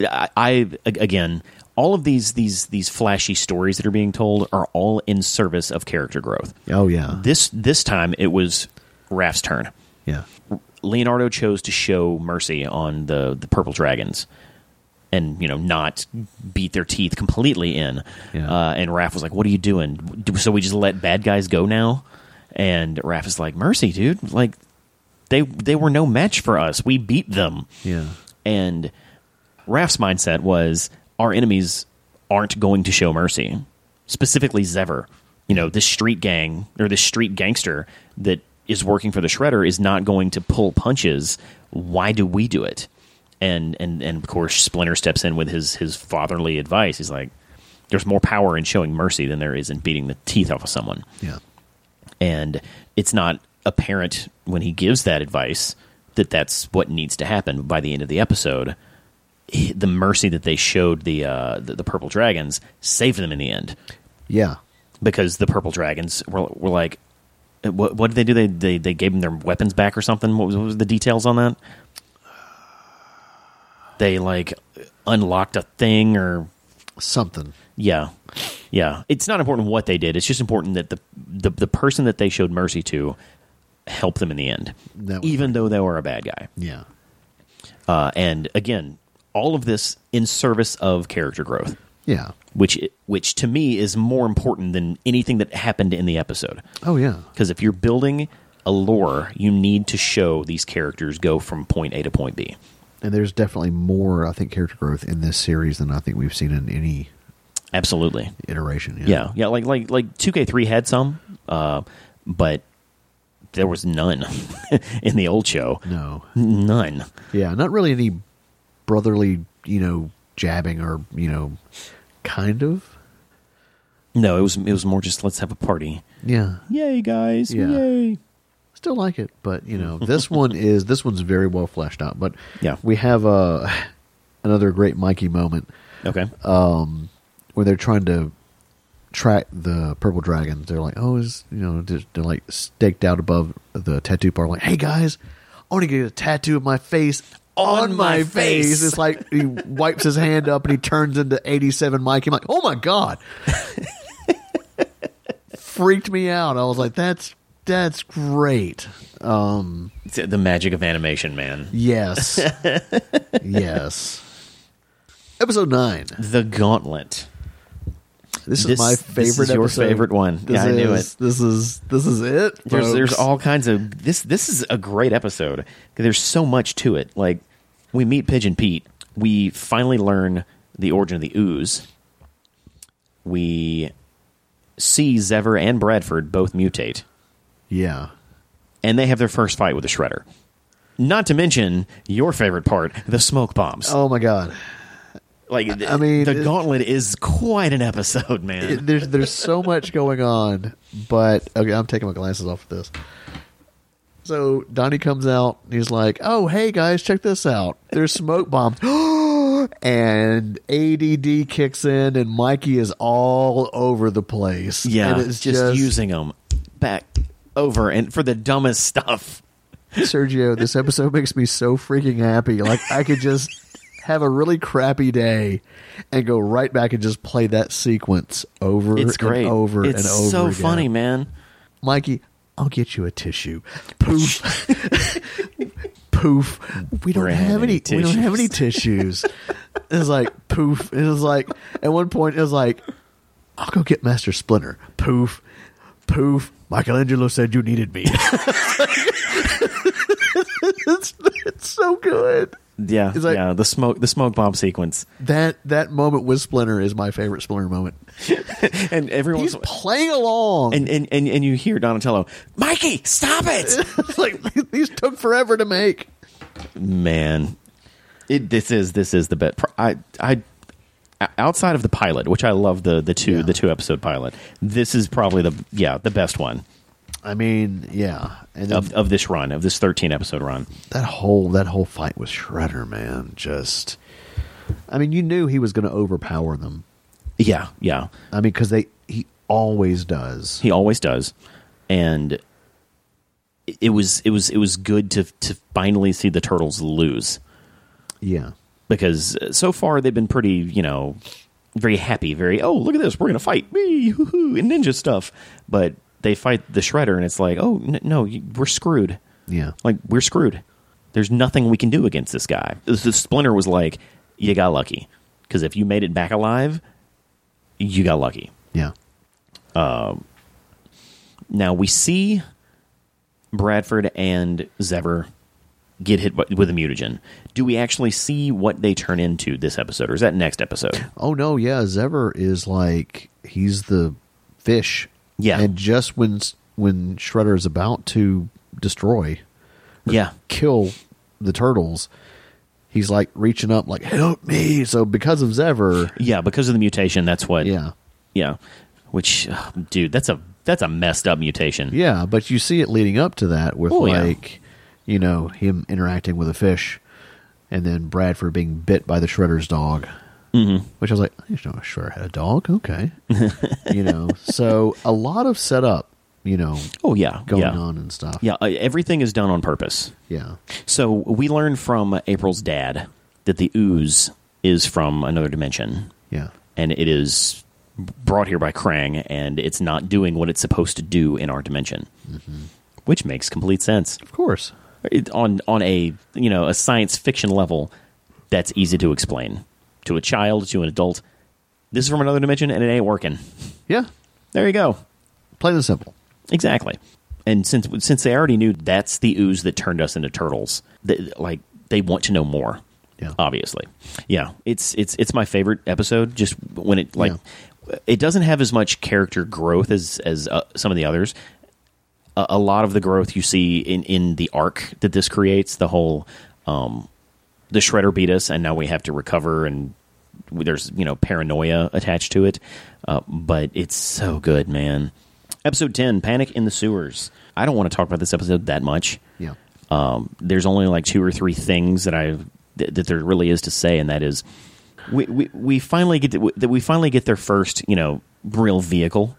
I, I a- again, all of these these these flashy stories that are being told are all in service of character growth.
Oh yeah,
This this time it was Raph's turn.
yeah.
Leonardo chose to show mercy on the the purple dragons, and you know not beat their teeth completely in.
Yeah.
Uh, and Raph was like, "What are you doing? Do- So we just let bad guys go now?" And Raph is like, "Mercy, dude! Like they they were no match for us. We beat them."
Yeah.
And Raph's mindset was, "Our enemies aren't going to show mercy." Specifically, Zever, you know, this street gang or this street gangster that is working for the Shredder is not going to pull punches. Why do we do it? and and and of course Splinter steps in with his his fatherly advice. He's like, "There's more power in showing mercy than there is in beating the teeth off of someone."
Yeah.
And it's not apparent when he gives that advice that that's what needs to happen by the end of the episode. he- The mercy that they showed the uh, the, the purple dragons saved them in the end
Yeah.
because the purple dragons were were like. What, what did they do? They, they they gave them their weapons back or something. What was, what was the details on that? They like unlocked a thing or
Something.
yeah, yeah. It's not important what they did. It's just important that the the, the person that they showed mercy to helped them in the end,
That was-
even though they were a bad guy.
Yeah.
Uh, and again, all of this in service of character growth,
Yeah.
which which to me is more important than anything that happened in the episode.
Oh yeah.
Because if you're building a lore, you need to show these characters go from point A to point B.
And there's definitely more, I think, character growth in this series than I think we've seen in any
Absolutely.
iteration. Yeah.
Yeah. Yeah. Like like like 2K3 had some, uh, but there was none (laughs) in the old show.
No.
None.
Yeah. Not really any brotherly, you know, jabbing or you know, kind of.
No, it was it was more just let's have a party.
Yeah.
Yay, guys!
Yeah.
Yay!
Still like it, but you know, this one is this one's very well fleshed out. But
Yeah.
we have uh, another great Mikey moment
Okay.
where they're trying to track the purple dragons. They're like, oh, is you know, they're, they're like staked out above the tattoo bar. Like, hey guys, I want to get a tattoo of my face on, my, face. It's like (laughs) he wipes his hand up and he turns into eighty-seven Mike. I'm like, oh my (laughs) god, freaked me out. I was like, that's that's great.
It's the magic of animation, man.
(laughs) Yes, yes. Episode nine.
The Gauntlet.
This, is
This-
my
this
favorite.
is your
episode.
favorite one.
This
Yeah, I knew
is- This is this is it.
There's there's
folks.
all kinds of this. This is a great episode. 'Cause There's so much to it. Like we meet Pigeon Pete. We finally learn the origin of the ooze. We see Zever and Bradford both mutate,
yeah.
and they have their first fight with the Shredder. Not to mention your favorite part, the smoke bombs.
Oh my god.
like I
mean,
the
it-
Gauntlet is quite an episode, man.
It- there's there's so much going on, but okay, I'm taking my glasses off for this. So Donnie comes out. And he's like, "Oh hey guys, check this out. There's smoke bombs." (gasps) and ADD kicks in, and Mikey is all over the place.
yeah,
and
it's just, using them back over and for the dumbest stuff.
Sergio, this episode makes me so freaking happy. Like I could just have a really crappy day and go right back and just play that sequence over
It's great.
and over
it's
and over.
so
again.
funny, man.
Mikey. I'll get you a tissue. Poof, poof. We don't
We're
have
having
any. We don't have
tissues.
any tissues. it's like poof. It was like at one point it was like, I'll go get Master Splinter. Poof, poof. Michelangelo said (laughs) you needed me. it's, it's so good.
Yeah,
It's like-
yeah. The smoke, the smoke bomb
(laughs)
sequence,
That that moment with Splinter is my favorite Splinter moment.
and everyone's
He's playing along.
(laughs) and, and and and you hear Donatello, Mikey, stop
(laughs)
it,
(laughs) it's like these took forever to make.
man. It this is this is the best. I I outside of the pilot, which I love the the two
Yeah.
the two episode pilot. This is probably the yeah the best one
I mean, yeah. And then
of of this run of this thirteen episode run.
that whole that whole fight with Shredder, man, just I mean, you knew he was going to overpower them.
Yeah, yeah.
I mean, cuz they he always does.
He always does, and it- it was it was it was good to to finally see the turtles lose.
Yeah.
because uh, so far they've been pretty, you know, very happy, very oh look at this, we're gonna fight, wee hoo hoo, and ninja stuff. But they fight the shredder, and it's like oh n- no, you- we're screwed.
Yeah.
Like we're screwed. There's nothing we can do against this guy. The Splinter was like, you got lucky because if you made it back alive, you got lucky.
Yeah.
Now we see Bradford and Zever get hit bu- with a mutagen. Do we actually see what they turn into this episode, or is that next episode?
Oh no, yeah, Zever is like he's the fish.
Yeah.
And just when when Shredder is about to destroy
Yeah,
kill the turtles, he's like reaching up like help me. So because of Zever,
yeah, because of the mutation. That's what.
yeah.
yeah. Which, ugh, dude, that's a that's a messed up mutation.
Yeah, but you see it leading up to that with
Oh, yeah.
like, you know, him interacting with a fish, and then Bradford being bit by the Shredder's dog. Mm-hmm. Which I was like, I didn't know Shredder had a dog. Okay,
(laughs)
you know, so a lot of setup, you know,
Oh yeah,
going
yeah.
on and stuff.
Yeah, uh, everything is done on purpose.
yeah,
So we learn from April's dad that the ooze is from another dimension,
yeah,
and it is brought here by Krang, and it's not doing what it's supposed to do in our dimension,
Mm-hmm.
which makes complete sense.
of course.
It, on on a you know a science fiction level, that's easy to explain to a child, to an adult. This is from another dimension, and it ain't working.
Yeah,
There you go.
plain and simple.
Exactly. And since since they already knew that's the ooze that turned us into turtles, th like they want to know more.
Yeah.
Obviously. Yeah. It's it's it's my favorite episode. Just when it like
Yeah.
it doesn't have as much character growth as as uh, some of the others. A, a lot of the growth you see in in the arc that this creates, the whole um, the shredder beat us and now we have to recover and there's you know paranoia attached to it uh, but it's so good man episode 10 panic in the sewers i don't want to talk about this episode that much
Yeah,
um, there's only like two or three things that i that, that there really is to say and that is we, we, we finally get to, that we finally get their first you know real vehicle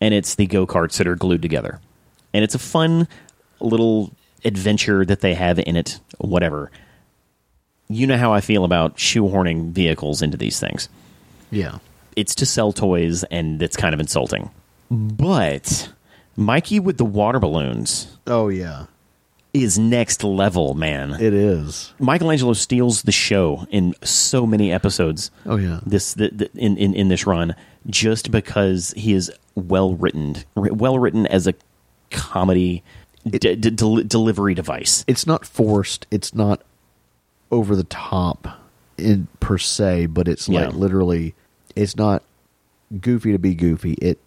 and it's the go karts that are glued together. And it's a fun little adventure that they have in it, whatever. You know how I feel about shoehorning vehicles into these things.
yeah,
It's to sell toys, and it's kind of insulting. But Mikey with the water balloons
oh yeah,
is next level, man.
it is.
Michelangelo steals the show in so many episodes.
Oh, yeah.
this the, the, in, in in this run just because he is well written, well written as a comedy de- de- del- delivery device.
It's not forced. It's not over the top in per se, but it's like
Yeah.
literally, it's not goofy to be goofy. It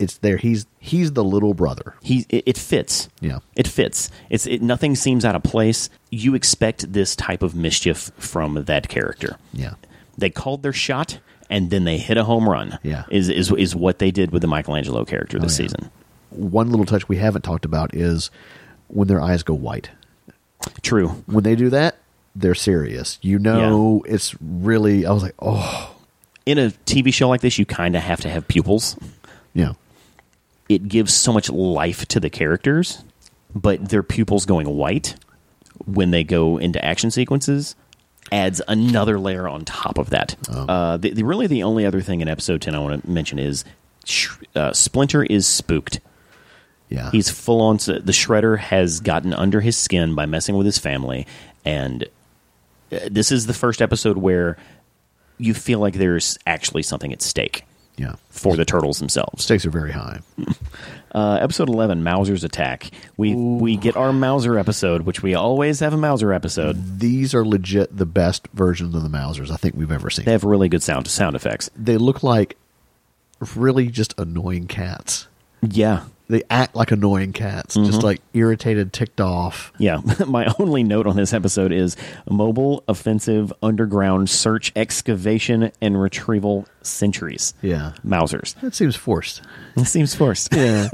it's there. He's he's the little brother.
He it, it fits.
Yeah.
it fits. It's it, nothing seems out of place. You expect this type of mischief from that character.
Yeah,
they called their shot and then they hit a home run.
Yeah. Oh,
is is is what they did with the Michelangelo character this
yeah.
season.
one little touch we haven't talked about is when their eyes go white.
True.
When they do that, they're serious. You know, it's really. I was like, oh
in a TV show like this, you kind of have to have pupils.
yeah,
It gives so much life to the characters, but their pupils going white when they go into action sequences adds another layer on top of that. Uh, the, the, really, the only other thing in episode 10 I want to mention is sh- uh, Splinter is spooked.
yeah.
He's full on. The shredder has gotten under his skin by messing with his family, and uh, this is the first episode where you feel like there's actually something at stake.
Yeah.
for the turtles themselves.
Stakes are very high.
Uh, episode eleven, Mauser's attack. We we get our Mauser episode, which we always have a Mauser episode.
These are legit the best versions of the Mausers I think we've ever seen.
They have really good sound sound effects.
they look like really just annoying cats.
Yeah,
They act like annoying cats,
Mm-hmm.
just like irritated, ticked off.
Yeah, (laughs) my only note on this episode is mobile offensive underground search, excavation, and retrieval centuries.
Yeah.
Mausers.
That seems forced.
It seems forced.
Yeah.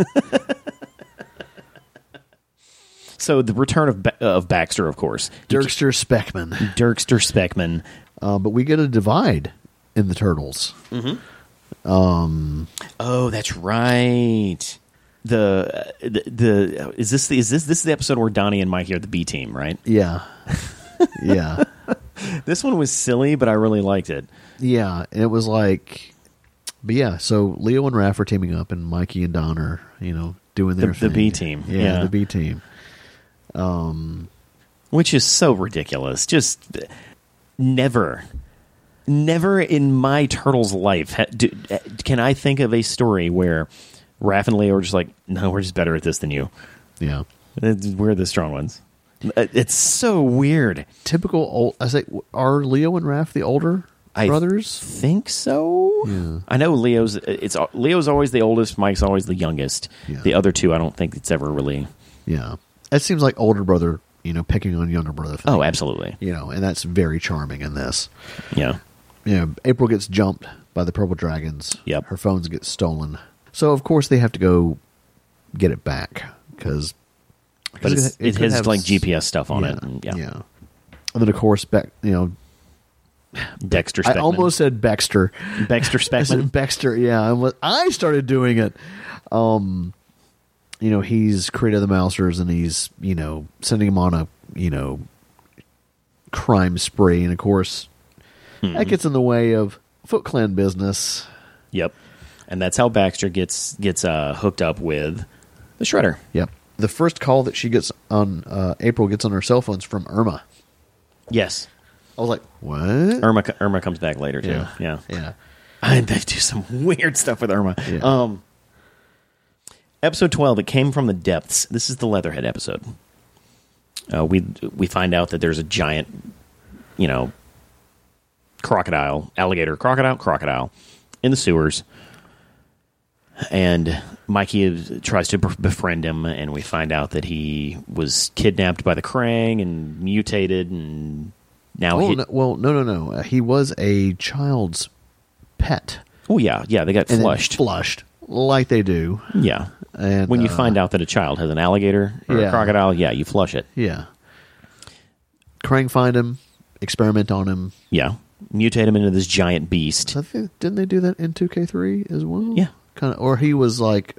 (laughs) so the return of ba- of Baxter, of course,
(laughs) Dirkster Speckman.
Dirkster Speckman.
Uh, but we get a divide in the Turtles.
Oh, that's right. The uh, the, the is this the, is this this is the episode where Donnie and Mikey are the B team, right?
Yeah. (laughs) yeah.
This one was silly, but I really liked it.
Yeah. And it was like, but yeah, so Leo and Raph are teaming up, and Mikey and Don are, you know, doing their
The- the
thing.
B team. Yeah.
yeah. the B team.
which is so ridiculous. Just never, never in my turtle's life ha- do, uh, can I think of a story where Raph and Leo are just like, no, we're just better at this than you.
Yeah.
It's- We're the strong ones. Uh, It's so weird.
Typical old, I say, are Leo and Raph the older
I
brothers?
think so. I know Leo's. It's Leo's always the oldest. Mike's always the youngest.
Yeah.
The other two, I don't think it's ever really.
Yeah. That seems like older brother, you know, picking on younger brother. Thing,
Oh, absolutely.
You know, and that's very charming in this.
Yeah.
you know, April gets jumped by the purple dragons.
Yep.
Her phones get stolen. So of course they have to go get it back because
But it's, it, has like GPS stuff on it. And, yeah.
And then of course back you know
Dexter.
I
Speckman. (laughs)
almost said Baxter.
Dexter
I
Speckman.
said Baxter, yeah. I was- I started doing it. Um you know, he's created the Mousers and he's, you know, sending him on a, you know, crime spree and of course
Hmm.
that gets in the way of Foot Clan business.
Yep. And that's how Baxter gets gets uh, hooked up with the shredder.
Yep. The first call that she gets on uh, April gets on her cell phone's from Irma.
Yes.
I was like, what?
Irma Irma comes back later too. Yeah.
yeah, yeah.
I, they do some (laughs) weird stuff with Irma.
Yeah.
Um Episode 12 it came from the depths. This is the Leatherhead episode. Uh, we we find out that there's a giant you know crocodile, alligator, crocodile, crocodile in the sewers. and Mikey is, tries to bef- befriend him, and we find out that he was kidnapped by the Krang and mutated, and now
Oh,
he.
no, well, no, no, no. Uh, he was a child's pet.
Oh yeah, yeah, they got
And then
flushed.
Flushed, like they do.
yeah,
And,
when you
uh,
find out that a child has an alligator or a
Yeah.
crocodile, yeah, you flush it.
Yeah. Krang find him, experiment on him.
Yeah, mutate him into this giant beast.
So I think, didn't they do that in 2K3 as well?
Yeah.
Kind of, or he was like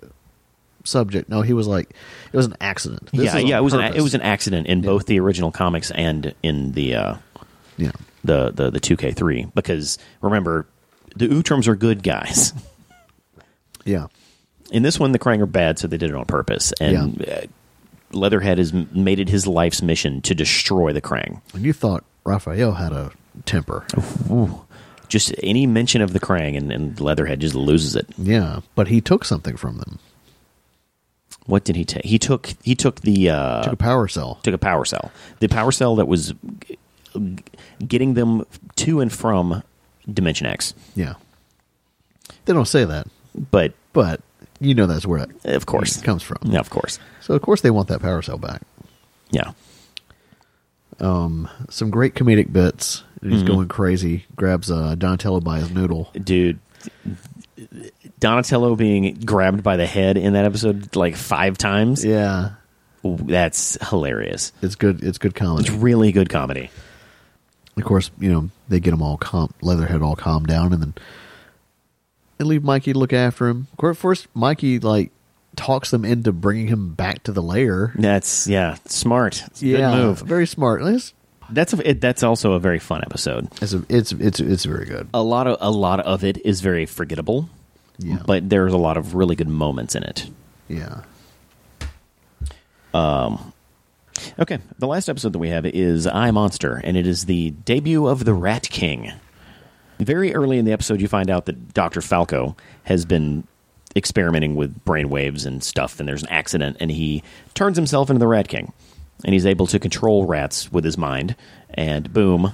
subject. No, he was like, it was an accident. This
yeah,
is
yeah,
on
it was an,
purpose.
it was an accident in both the original comics and in the uh,
yeah,
the the the two K three because remember the Utroms are good guys. (laughs)
yeah,
in this one the krang are bad so they did it on purpose and uh leatherhead has m- made it his life's mission to destroy the krang
And you thought Raphael had a temper.
just any mention of the krang and, and leatherhead just loses it
Yeah, but he took something from them.
what did he take he took he took the uh
Took a power cell.
took a power cell the power cell that was g- g- getting them to and from dimension x
Yeah. They don't say that,
but
but you know that's where it
of course
comes from.
yeah of course
So of course they want that power cell back.
yeah
Some great comedic bits. He's
Mm-hmm.
going crazy. Grabs uh, Donatello by his noodle.
dude donatello being grabbed by the head in that episode like five times
Yeah,
That's hilarious.
it's good. It's good
It's
comedy.
really good comedy.
of course, you know they get him all calm, Leatherhead all calmed down, and then they leave Mikey to look after him. Of course, first Mikey like talks them into bringing him back to the lair.
That's yeah, smart. It's a
yeah,
Good move.
very smart. It's,
That's a, it, that's also a very fun episode.
it's, a- it's it's it's very good.
A lot of a lot of it is very forgettable,
Yeah.
but there's a lot of really good moments in it.
Yeah,
Okay, the last episode that we have is I Monster, and it is the debut of the Rat King. Very early in the episode, you find out that Dr. Falco has been experimenting with brainwaves and stuff, and there's an accident, and he turns himself into the Rat King. And he's able to control rats with his mind, and boom,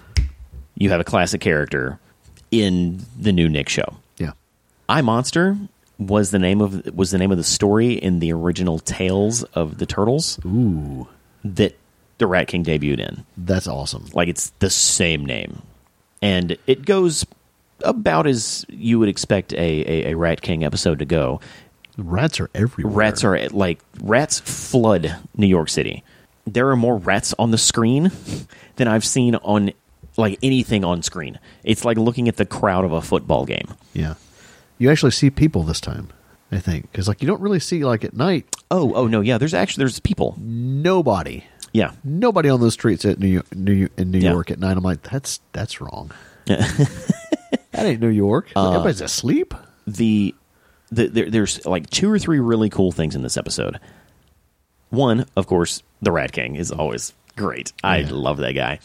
you have a classic character in the new Nick show.
Yeah.
I Monster was the name of was the name of the story in the original Tales of the Turtles
Ooh,
that the Rat King debuted in.
that's awesome.
Like it's the same name, and it goes about as you would expect a a, a Rat King episode to go.
Rats are everywhere.
Rats are like rats flood New York City. There are more rats on the screen than I've seen on like anything on screen. It's like looking at the crowd of a football game.
Yeah. You actually see people this time, I think, because like you don't really see like at night
Oh, oh no, yeah. There's actually there's people.
nobody,
Yeah,
nobody on those streets at New York, New in New
Yeah.
York at night. I'm like, that's that's wrong. (laughs) that ain't New York. It's like, Everybody's asleep.
the, the there, there's like two or three really cool things in this episode. One, of course, the Rat King is always great. I
Yeah.
love that guy.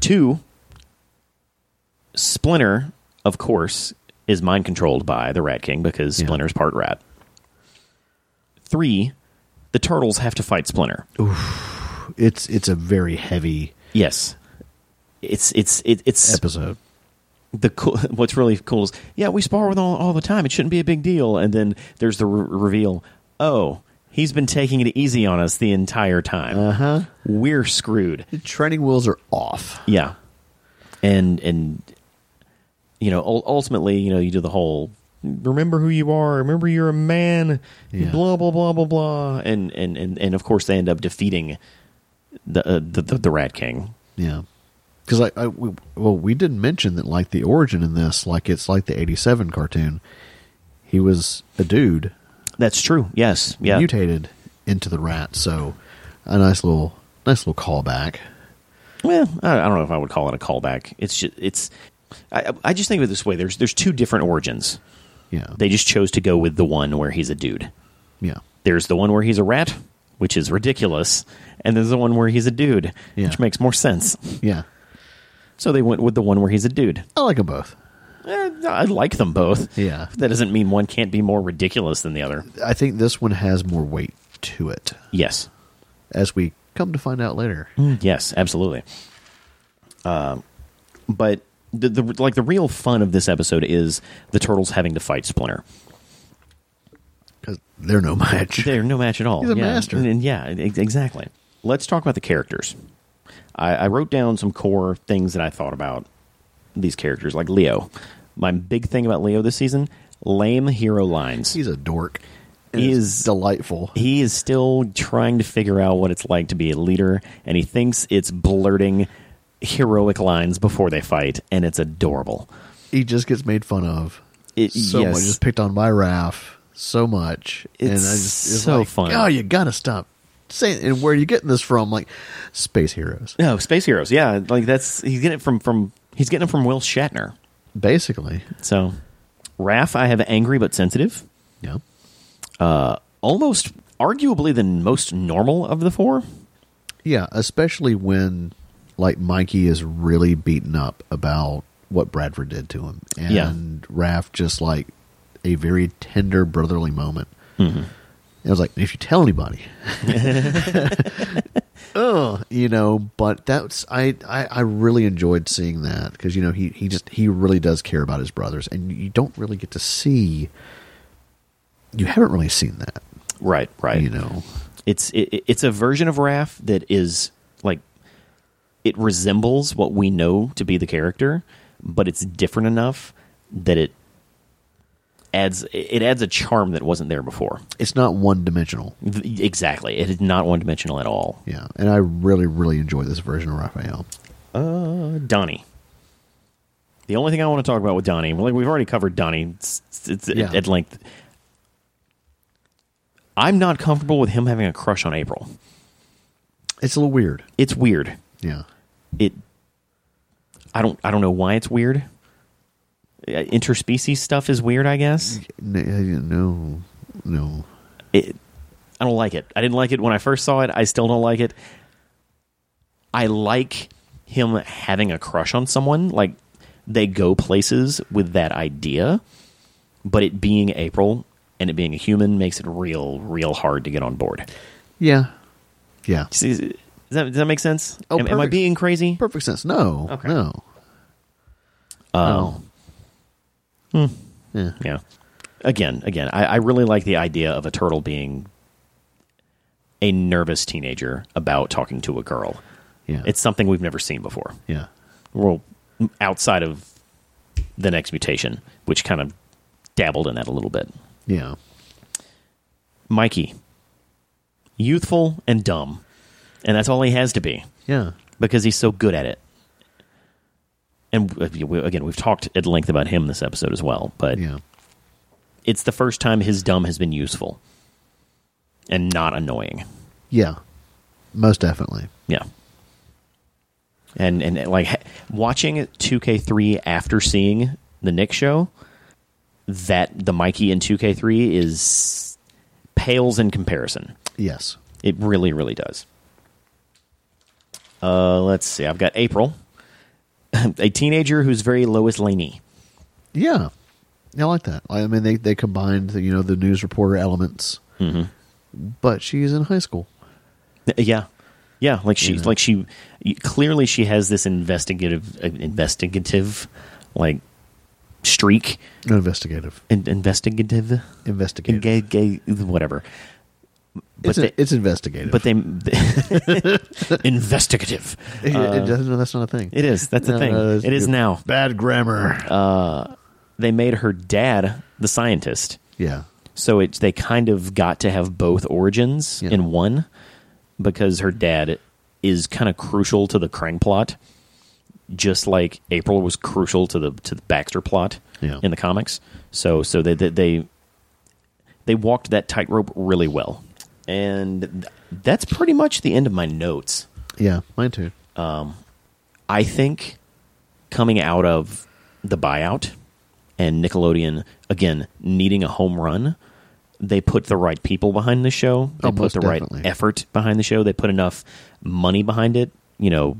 Two, Splinter, of course, is mind controlled by the Rat King because
Yeah.
Splinter's part rat. Three, the turtles have to fight Splinter.
It's it's a very heavy
Yes, it's it's it, it's
episode.
the cool, (laughs) what's really cool is yeah we spar with all all the time it shouldn't be a big deal and then there's the re- reveal oh he's been taking it easy on us the entire time uh-huh we're screwed
The training wheels are off.
yeah and and you know ul- ultimately you know you do the whole remember who you are remember you're a man
Yeah.
blah blah blah blah blah and and and, and of course they end up defeating the uh, the, the the rat king
Yeah. Because I, I we, well, we didn't mention that like the origin in this, like it's like the '87 cartoon. He was a dude
that's true yes yeah
mutated into the rat. So a nice little nice little callback.
Well, I, I don't know if I would call it a callback. It's just it's. I, I just think of it this way: there's there's two different origins.
Yeah.
They just chose to go with the one where he's a dude.
yeah.
There's the one where he's a rat, which is ridiculous, and there's the one where he's a dude,
Yeah.
which makes more sense.
Yeah.
So they went with the one where he's a dude.
I like them both.
Eh, I like them both.
Yeah.
that doesn't mean one can't be more ridiculous than the other.
I think this one has more weight to it,
Yes,
as we come to find out later.
Yes, absolutely. Uh, but the, the like the real fun of this episode is the turtles having to fight Splinter.
Because they're no match.
They're no match at all.
He's a
yeah.
master.
And, and yeah, ex- exactly. Let's talk about the characters. I, I wrote down some core things that I thought about these characters, like Leo. My big thing about Leo this season: lame hero lines.
(laughs) He's a dork.
He
It's
is-
delightful.
he is still trying to figure out what it's like to be a leader, and he thinks it's blurting heroic lines before they fight, and it's adorable.
He just gets made fun of
It-
so
yes.
much. Just picked on by Raph so much. and I
It's
just it's
so
like,
fun.
Oh, you gotta stop saying. And where are you getting this from? Like
(laughs)
space heroes,
No, Space Heroes, yeah, like that's he's getting it from from he's getting it from Will Shatner.
basically.
So, Raph, I have angry but sensitive,
Yeah.
almost arguably the most normal of the four.
Yeah, especially when like Mikey is really beaten up about what Bradford did to him, and
Yeah.
Raph just like a very tender brotherly moment.
Mm-hmm.
And I was like, if you
(laughs)
tell anybody, (laughs) oh, you know. But that's I, I I really enjoyed seeing that because you know he he just he really does care about his brothers, and you don't really get to see. You haven't really seen that,
Right, right.
you know.
It's it, it's a version of Raph that is like it resembles what we know to be the character, but it's different enough that it adds it adds a charm that wasn't there before.
It's not one dimensional.
Th- Exactly, it is not one dimensional at all.
Yeah, and I really, really enjoy this version of Raphael.
Donnie. The only thing I want to talk about with Donnie, like we've already covered Donnie s- s- it's at-
Yeah.
at length. I'm not comfortable with him having a crush on April.
It's a little weird.
It's weird.
Yeah,
It. I don't. I don't know why it's weird. Uh, Interspecies stuff is weird. I guess
N- no, no.
it. I don't like it. I didn't like it when I first saw it. I still don't like it. I like him having a crush on someone. Like they go places with that idea, but it being April and it being a human makes it real, real hard to get on board.
Yeah. Yeah.
See, Does that, does that make sense?
Oh,
am, am I
perfect.
being crazy?
Perfect sense. No.
Okay.
No. Um,
Oh,
Yeah.
yeah. Again, again, I, I really like the idea of a turtle being a nervous teenager about talking to a girl.
Yeah.
It's something we've never seen before.
yeah.
Well, outside of the next mutation, which kind of dabbled in that a little bit.
Yeah.
Mikey, youthful and dumb, and that's all he has to be
Yeah.
because he's so good at it. And uh, we- again, we've talked at length about him this episode as well, but
Yeah.
it's the first time his dumb has been useful and not annoying.
Yeah. Most definitely.
Yeah. And and uh, like ha- watching 2K3 after seeing the Nick show, that the Mikey in 2K3 is pales in comparison.
Yes.
It really, really does. Uh, let's see. I've got April, (laughs) a teenager who's very Lois Laney. (laughs)
Yeah. I like that. I mean, they, they combined, you know, the news reporter elements,
Mm-hmm.
but she's in high school.
Yeah, yeah. Like she, like she, clearly she has this investigative, uh, investigative, like streak.
Investigative.
In- investigative,
Investigative.
gay, gay, whatever. But
it's,
they,
it's investigative.
but they, (laughs) investigative.
It- it doesn't, no, that's not a thing.
Uh, It is. That's the
No,
thing.
no, that's
it is
good.
now. Uh,
Bad grammar.
They made her dad the scientist.
yeah.
so it's they kind of got to have both origins
Yeah.
in one because her dad is kind of crucial to the Krang plot, just like April was crucial to the to the Baxter plot
Yeah.
in the comics. So so they they they, they walked that tightrope really well, and th- that's pretty much the end of my notes.
Yeah. Mine too.
I think coming out of the buyout and Nickelodeon again needing a home run, they put the right people behind the show. They
Oh,
put
most
the right
definitely.
effort behind the show. They put enough money behind it. You know,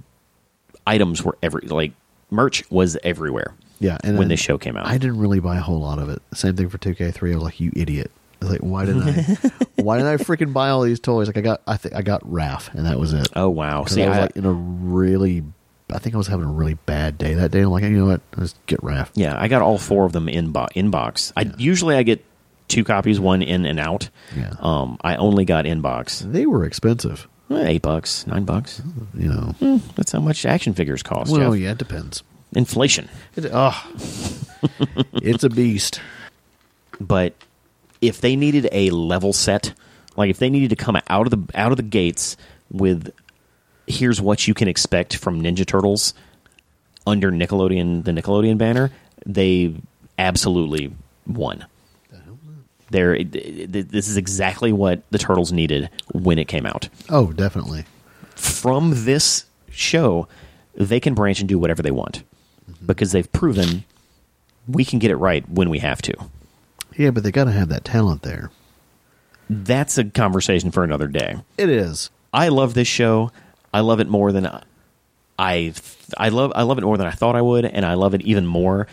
items were every like merch was everywhere.
Yeah, and
when
I-
this show came out,
I didn't really buy a whole lot of it. Same thing for 2K3. I was like, you idiot. I was like, why did
(laughs)
I? why did I freaking buy all these toys? Like, I got, I think I got Raph, and that was it.
Oh, wow.
'Cause
See,
I was
I-
like in a really, I think I was having a really bad day that day. I'm like, you know what? Let's get Raph.
yeah, I got all four of them in bo- inbox. I usually I get two copies, one in and out.
Yeah.
Um, I only got inbox.
They were expensive,
Eh, Eight bucks, nine bucks.
you know.
That's how much action figures cost.
well,
Mm, Jeff.
yeah, it depends.
Inflation.
It,
(laughs)
oh, it's a beast.
But if they needed a level set, like if they needed to come out of the out of the gates with here's what you can expect from Ninja Turtles under Nickelodeon the Nickelodeon banner, they absolutely won. There, it- it- this is exactly what the Turtles needed when it came out.
Oh, definitely.
from this show, they can branch and do whatever they want because they've proven we can get it right when we have to.
Yeah, but they got to have that talent there.
That's a conversation for another day.
It is.
I love this show. I love it more than I, I I love I love it more than I thought I would and I love it even more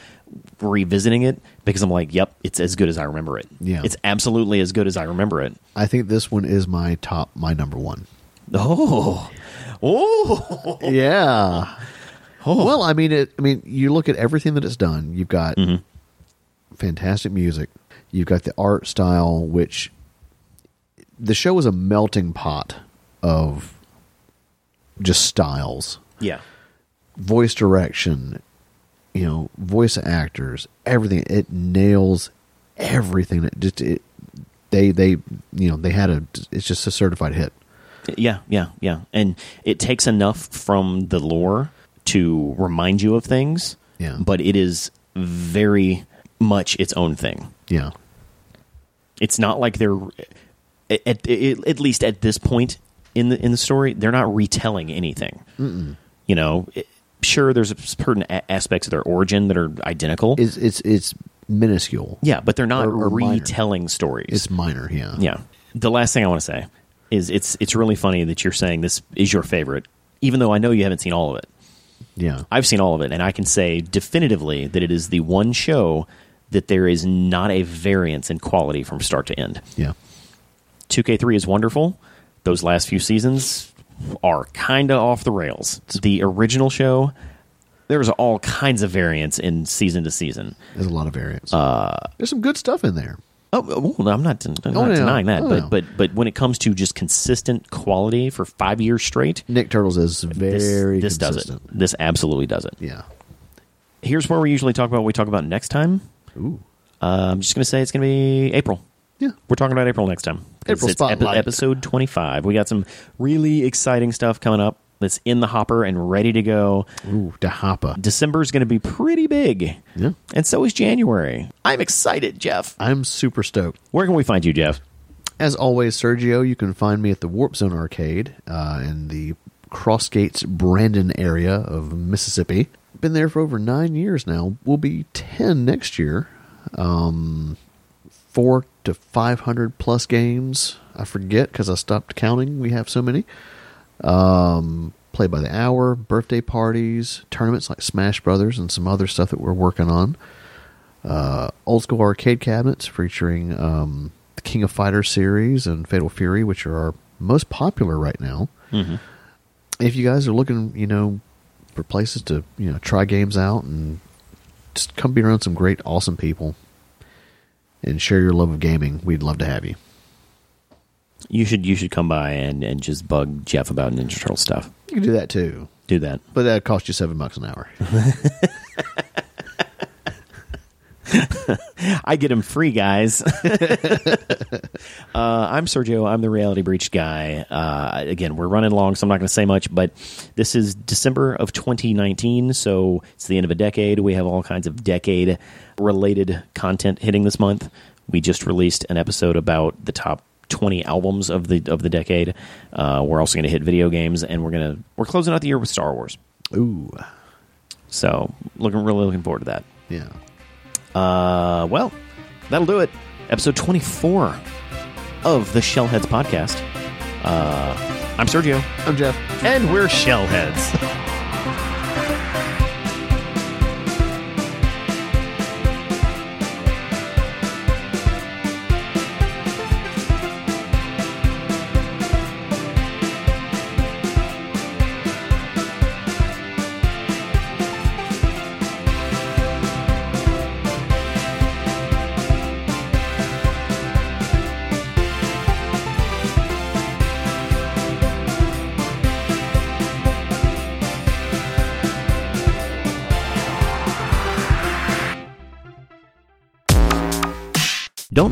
revisiting it because I'm like, yep, it's as good as I remember it.
Yeah.
It's absolutely as good as I remember it.
I think this one is my top, my number one.
Oh. Oh.
yeah. Well, I mean, it. I mean, you look at everything that it's done. You've got fantastic music. You've got the art style, which the show is a melting pot of just styles,
(laughs) Yeah.
voice direction, you know, voice actors, everything. It nails everything. It just it. They they you know they had a. It's just a certified hit.
Yeah, yeah, yeah. And it takes enough from the lore to remind you of things.
Yeah.
But it is very much its own thing.
Yeah.
It's not like they're at, at, at least at this point in the in the story, they're not retelling anything. You know, it- sure there's certain a- aspects of their origin that are identical.
It's it's it's minuscule.
yeah, but they're not
Or- or minor.
retelling stories.
It's minor, yeah.
Yeah. The last thing I want to say is it's it's really funny that you're saying this is your favorite, even though I know you haven't seen all of it.
Yeah.
I've seen all of it, and I can say definitively that it is the one show that there is not a variance in quality from start to end.
Yeah.
2K3 is wonderful. Those last few seasons are kind of off the rails. The original show, there's all kinds of variance in season to season.
There's a lot of variants. Uh, There's some good stuff in there.
Oh, well, I'm not, I'm not
Oh, no.
denying that,
Oh,
but
no.
but but when it comes to just consistent quality for five years straight,
Nick Turtles is
this,
very
this does it.
consistent.
This absolutely does it.
Yeah.
Here's where we usually talk about what we talk about next time.
Ooh.
Uh, I'm just going to say it's going to be April.
Yeah.
We're talking about April next time. 'Cause
April
it's epi-
Spotlight.
episode 25. We got some really exciting stuff coming up that's in the hopper and ready to go.
Ooh, Da Hoppa.
December's going to be pretty big.
Yeah.
And so is January. I'm excited, Jeff.
I'm super stoked.
Where can we find you, Jeff?
As always, Sergio, you can find me at the Warp Zone Arcade uh, in the Crossgates, Brandon area of Mississippi. Been there for over nine years now. We'll be 10 next year. Um, four to 500 plus games. I forget because I stopped counting. We have so many. Um, play by the hour, birthday parties, tournaments like Smash Brothers, and some other stuff that we're working on uh, old school arcade cabinets featuring um, the King of Fighters series and Fatal Fury, which are our most popular right now. If you guys are looking, you know, for places to you know try games out and just come be around some great, awesome people and share your love of gaming, we'd love to have you.
You should you should come by and, and just bug Jeff about Ninja Turtle stuff.
You can do that too,
Do that.
but that cost you seven bucks an hour.
I get them free, guys. (laughs) uh, I'm Sergio. I'm the Reality Breach guy. Uh, again, we're running long, so I'm not going to say much, but this is December of 2019, so it's the end of a decade. We have all kinds of decade related content hitting this month. We just released an episode about the top 20 albums of the of the decade. Uh, we're also going to hit video games, and we're going to we're closing out the year with Star Wars.
Ooh,
So looking really looking forward to that.
yeah.
Uh, well, that'll do it. Episode 24 of the Shellheads podcast. Uh, I'm Sergio.
I'm Jeff.
And we're Shellheads. (laughs) Don't